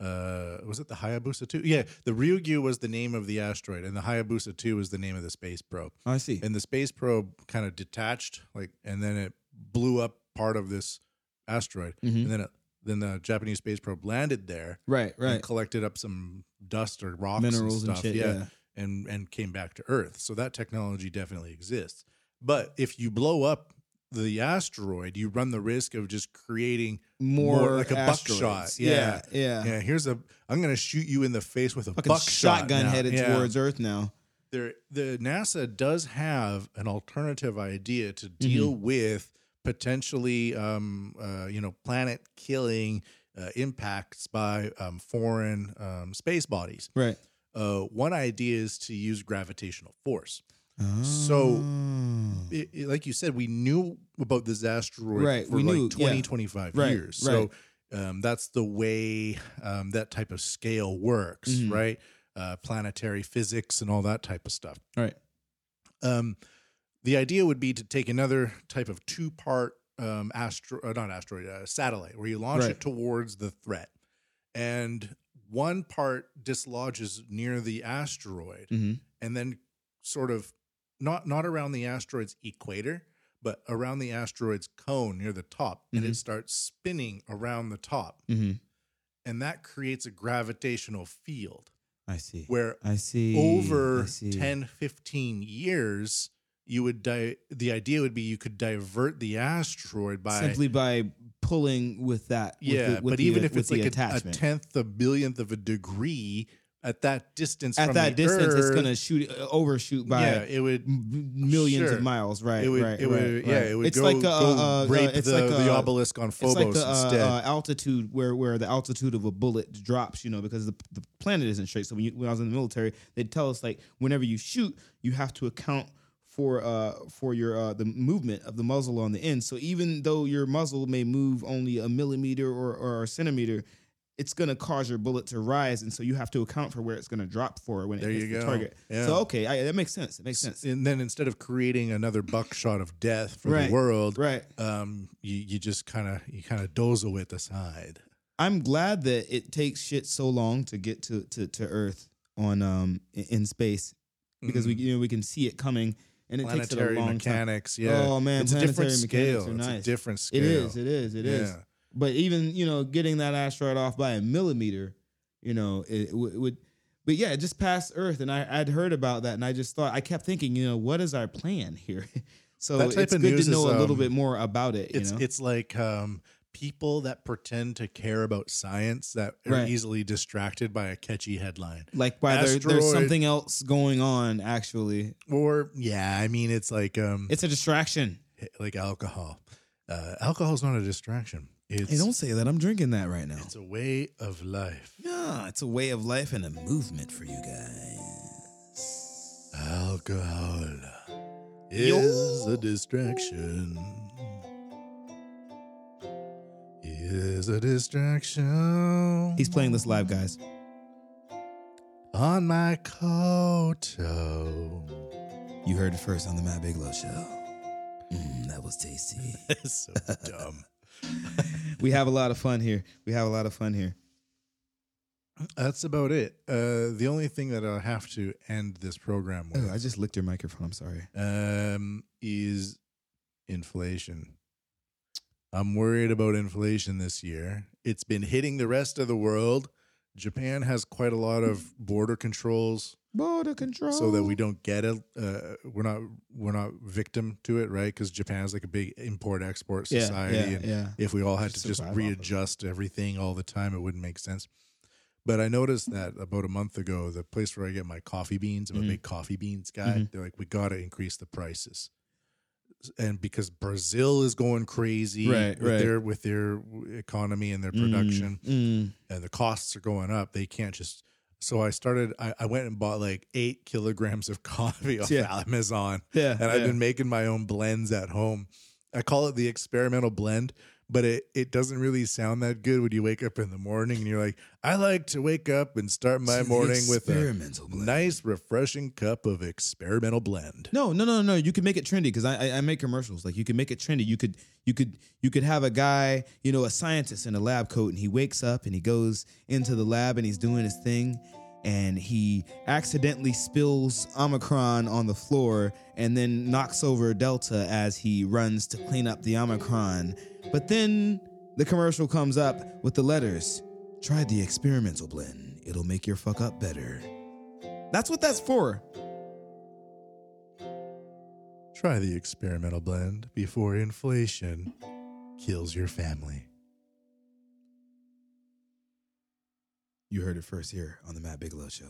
Speaker 1: uh, was it the Hayabusa two? Yeah, the Ryugyu was the name of the asteroid, and the Hayabusa two was the name of the space probe.
Speaker 2: I see.
Speaker 1: And the space probe kind of detached, like, and then it blew up part of this asteroid,
Speaker 2: Mhm.
Speaker 1: and then it, then the Japanese space probe landed there,
Speaker 2: right,
Speaker 1: and collected up some dust or rocks
Speaker 2: Minerals
Speaker 1: and
Speaker 2: and
Speaker 1: stuff,
Speaker 2: shit, yeah.
Speaker 1: and and came back to Earth. So that technology definitely exists. But if you blow up the asteroid, you run the risk of just creating
Speaker 2: More,
Speaker 1: like a
Speaker 2: asteroids.
Speaker 1: buckshot.
Speaker 2: Yeah,
Speaker 1: Yeah.
Speaker 2: yeah.
Speaker 1: yeah. Here's a I'm going to shoot you in the face with a
Speaker 2: Fucking
Speaker 1: buckshot
Speaker 2: shotgun
Speaker 1: now.
Speaker 2: headed
Speaker 1: Yeah.
Speaker 2: towards Earth now.
Speaker 1: There, the NASA does have an alternative idea
Speaker 2: Mm-hmm.
Speaker 1: to deal with potentially, um, uh, you know, planet killing uh, impacts by um, foreign um, space bodies
Speaker 2: Right.
Speaker 1: uh, one idea is to use gravitational force. So, It, it- like you said, we knew about this asteroid
Speaker 2: Right,
Speaker 1: for
Speaker 2: we
Speaker 1: like
Speaker 2: knew,
Speaker 1: 20,
Speaker 2: yeah.
Speaker 1: 25
Speaker 2: Right,
Speaker 1: years. So, um, that's the way um, that type of scale works,
Speaker 2: Mhm.
Speaker 1: right? Uh, planetary physics and all that type of stuff.
Speaker 2: right.
Speaker 1: Um, the idea would be to take another type of two part um, astro, uh, not asteroid, uh, satellite, where you launch
Speaker 2: Right.
Speaker 1: it towards the threat, and one part dislodges near the asteroid,
Speaker 2: Mhm.
Speaker 1: and then sort of not not around the asteroid's equator, but around the asteroid's cone near the top, and
Speaker 2: Mhm.
Speaker 1: it starts spinning around the top,
Speaker 2: Mm-hmm.
Speaker 1: and that creates a gravitational field
Speaker 2: I see.
Speaker 1: where
Speaker 2: I see. I
Speaker 1: over
Speaker 2: see.
Speaker 1: 10 15 years you would di- the idea would be you could divert the asteroid by
Speaker 2: simply by pulling with that. with
Speaker 1: yeah
Speaker 2: the- with
Speaker 1: but
Speaker 2: the-
Speaker 1: even if
Speaker 2: with
Speaker 1: it's
Speaker 2: the
Speaker 1: like a, a
Speaker 2: attachment.
Speaker 1: tenth a billionth of a degree at that distance
Speaker 2: at
Speaker 1: from
Speaker 2: that
Speaker 1: the
Speaker 2: distance, it's
Speaker 1: Earth,
Speaker 2: gonna shoot uh, overshoot by
Speaker 1: yeah it would
Speaker 2: m- millions
Speaker 1: Sure.
Speaker 2: of miles. Right.
Speaker 1: it would,
Speaker 2: right.
Speaker 1: it would
Speaker 2: right,
Speaker 1: yeah
Speaker 2: right.
Speaker 1: it would
Speaker 2: it's
Speaker 1: go,
Speaker 2: like a,
Speaker 1: go
Speaker 2: uh, uh,
Speaker 1: rape
Speaker 2: it's
Speaker 1: the,
Speaker 2: like
Speaker 1: the
Speaker 2: a-
Speaker 1: obelisk on
Speaker 2: It's
Speaker 1: Phobos
Speaker 2: like the uh,
Speaker 1: instead
Speaker 2: uh, altitude where where the altitude of a bullet drops, you know, because the, the planet isn't straight. So when, you, when I was in the military, they'd tell us like whenever you shoot, you have to account for uh for your uh the movement of the muzzle on the end. So even though your muzzle may move only a millimeter or, or a centimeter, it's gonna cause your bullet to rise, and so you have to account for where it's gonna drop for when it
Speaker 1: There
Speaker 2: hits
Speaker 1: you
Speaker 2: the
Speaker 1: go.
Speaker 2: target.
Speaker 1: Yeah.
Speaker 2: So okay, I, that makes sense. It makes sense.
Speaker 1: and then instead of creating another buckshot of death for
Speaker 2: Right,
Speaker 1: the world
Speaker 2: right.
Speaker 1: um you, you just kind of you kind of dozel it aside
Speaker 2: I'm glad that it takes shit so long to get to to, to Earth on um in, in space because we you know we can see it coming and it takes
Speaker 1: Mm-hmm.
Speaker 2: it a
Speaker 1: planetary
Speaker 2: long time.
Speaker 1: mechanics. Yeah.
Speaker 2: Oh, man,
Speaker 1: it's a different
Speaker 2: planetary mechanics
Speaker 1: scale.
Speaker 2: are
Speaker 1: It's a
Speaker 2: nice.
Speaker 1: different scale.
Speaker 2: It is, it is, it is.
Speaker 1: Yeah.
Speaker 2: But even you know, getting that asteroid off by a millimeter, you know, it, w- would. But yeah, it just passed Earth, and I, I'd heard about that, and I just thought I kept thinking, you know, what is our plan here? so
Speaker 1: That type
Speaker 2: it's
Speaker 1: of
Speaker 2: good
Speaker 1: news
Speaker 2: to know
Speaker 1: is,
Speaker 2: a little
Speaker 1: um,
Speaker 2: bit more about it. You
Speaker 1: It's
Speaker 2: know,
Speaker 1: it's like um, people that pretend to care about science that are
Speaker 2: Right.
Speaker 1: easily distracted by a catchy headline.
Speaker 2: like by there, there's
Speaker 1: asteroid.
Speaker 2: something else going on. Actually,
Speaker 1: Or yeah, I mean it's like um,
Speaker 2: it's a distraction.
Speaker 1: like alcohol. Uh, alcohol is not a distraction. It's
Speaker 2: Hey, don't say that. I'm drinking that right now.
Speaker 1: it's a way of life.
Speaker 2: Yeah, it's a way of life and a movement for you guys.
Speaker 1: Alcohol is a distraction. Is a distraction.
Speaker 2: He's playing this live, guys.
Speaker 1: on my koto.
Speaker 2: You heard it first on the Matt Bigelow Show. Mm, that was tasty.
Speaker 1: It's so dumb.
Speaker 2: we have a lot of fun here. We have a lot of fun here.
Speaker 1: That's about it. Uh, the only thing that I have to end this program
Speaker 2: Oh,
Speaker 1: with
Speaker 2: I just licked your microphone. I'm sorry.
Speaker 1: um, is inflation. I'm worried about inflation this year. It's been hitting the rest of the world. Japan has quite a lot of border controls
Speaker 2: Border control.
Speaker 1: so that we don't get it. Uh, we're not we're not victim to it, right? Because Japan is like a big import export
Speaker 2: yeah,
Speaker 1: society,
Speaker 2: Yeah,
Speaker 1: and
Speaker 2: yeah.
Speaker 1: if we all had
Speaker 2: Just
Speaker 1: to just
Speaker 2: survive off of it.
Speaker 1: readjust everything all the time, it wouldn't make sense. But I noticed that about a month ago, the place where I get my coffee beans, I'm
Speaker 2: Mhm.
Speaker 1: a big coffee beans guy.
Speaker 2: Mhm.
Speaker 1: They're like, we got to increase the prices, and because Brazil is going crazy
Speaker 2: Right,
Speaker 1: with
Speaker 2: right.
Speaker 1: their with their economy and their
Speaker 2: Mm,
Speaker 1: production,
Speaker 2: mm.
Speaker 1: and the costs are going up. They can't just. So I started. I, I went and bought like eight kilograms of coffee off
Speaker 2: Yeah.
Speaker 1: Amazon,
Speaker 2: Yeah.
Speaker 1: and I've been making my own blends at home. I call it the experimental blend, but it it doesn't really sound that good when you wake up in the morning and you're like, I like to wake up and start my morning with a nice, refreshing cup of experimental blend.
Speaker 2: No, no, no, no. You can make it trendy because I, I I make commercials. Like you can make it trendy. You could you could you could have a guy, you know, a scientist in a lab coat, and he wakes up and he goes into the lab and he's doing his thing, and he accidentally spills Omicron on the floor, and then knocks over Delta as he runs to clean up the Omicron. But then the commercial comes up with the letters: "Try the experimental blend. It'll make your fuck up better." That's what that's for.
Speaker 1: Try the experimental blend before inflation kills your family.
Speaker 2: You heard it first here on the Matt Bigelow Show.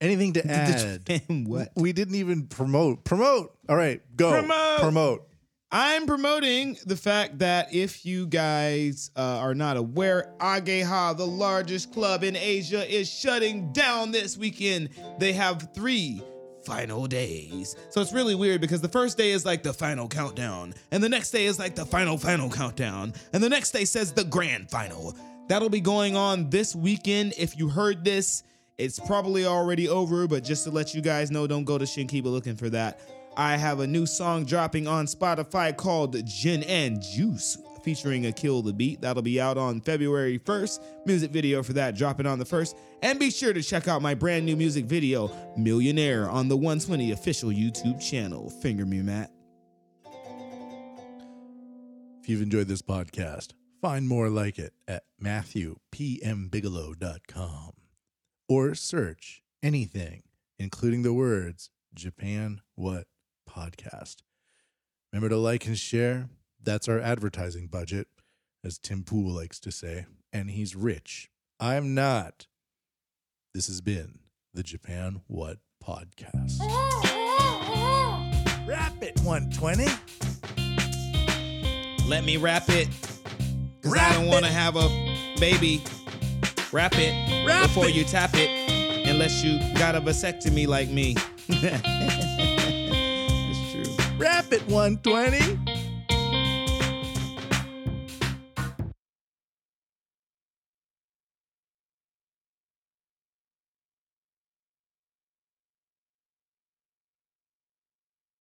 Speaker 1: Anything to add?
Speaker 2: And what?
Speaker 1: We didn't even promote. Promote. All right, go.
Speaker 2: Promote.
Speaker 1: Promote.
Speaker 2: I'm promoting the fact that if you guys uh, are not aware, Ageha, the largest club in Asia, is shutting down this weekend. They have three final days. So it's really weird because the first day is like the final countdown, and the next day is like the final, final countdown, and the next day says the grand final. That'll be going on this weekend. If you heard this, it's probably already over, but just to let you guys know, don't go to Shinkiba looking for that. I have a new song dropping on Spotify called Gin and Juice featuring a Kill the Beat. That'll be out on February 1st. Music video for that dropping on the 1st. And be sure to check out my brand new music video, Millionaire, on the 120 official YouTube channel. Finger me, Matt.
Speaker 1: If you've enjoyed this podcast, find more like it at MatthewPMBigelow.com or search anything, including the words Japan What Podcast. Remember to like and share. That's our advertising budget, as Tim Pool likes to say, and he's rich. I'm not. This has been the Japan What Podcast. Wrap it 120.
Speaker 2: Let me wrap it. Cause
Speaker 1: Wrap
Speaker 2: I don't wanna have a baby. Wrap it
Speaker 1: Wrap
Speaker 2: before
Speaker 1: it.
Speaker 2: you tap it. Unless you got a vasectomy like me. That's true.
Speaker 1: Wrap it 120.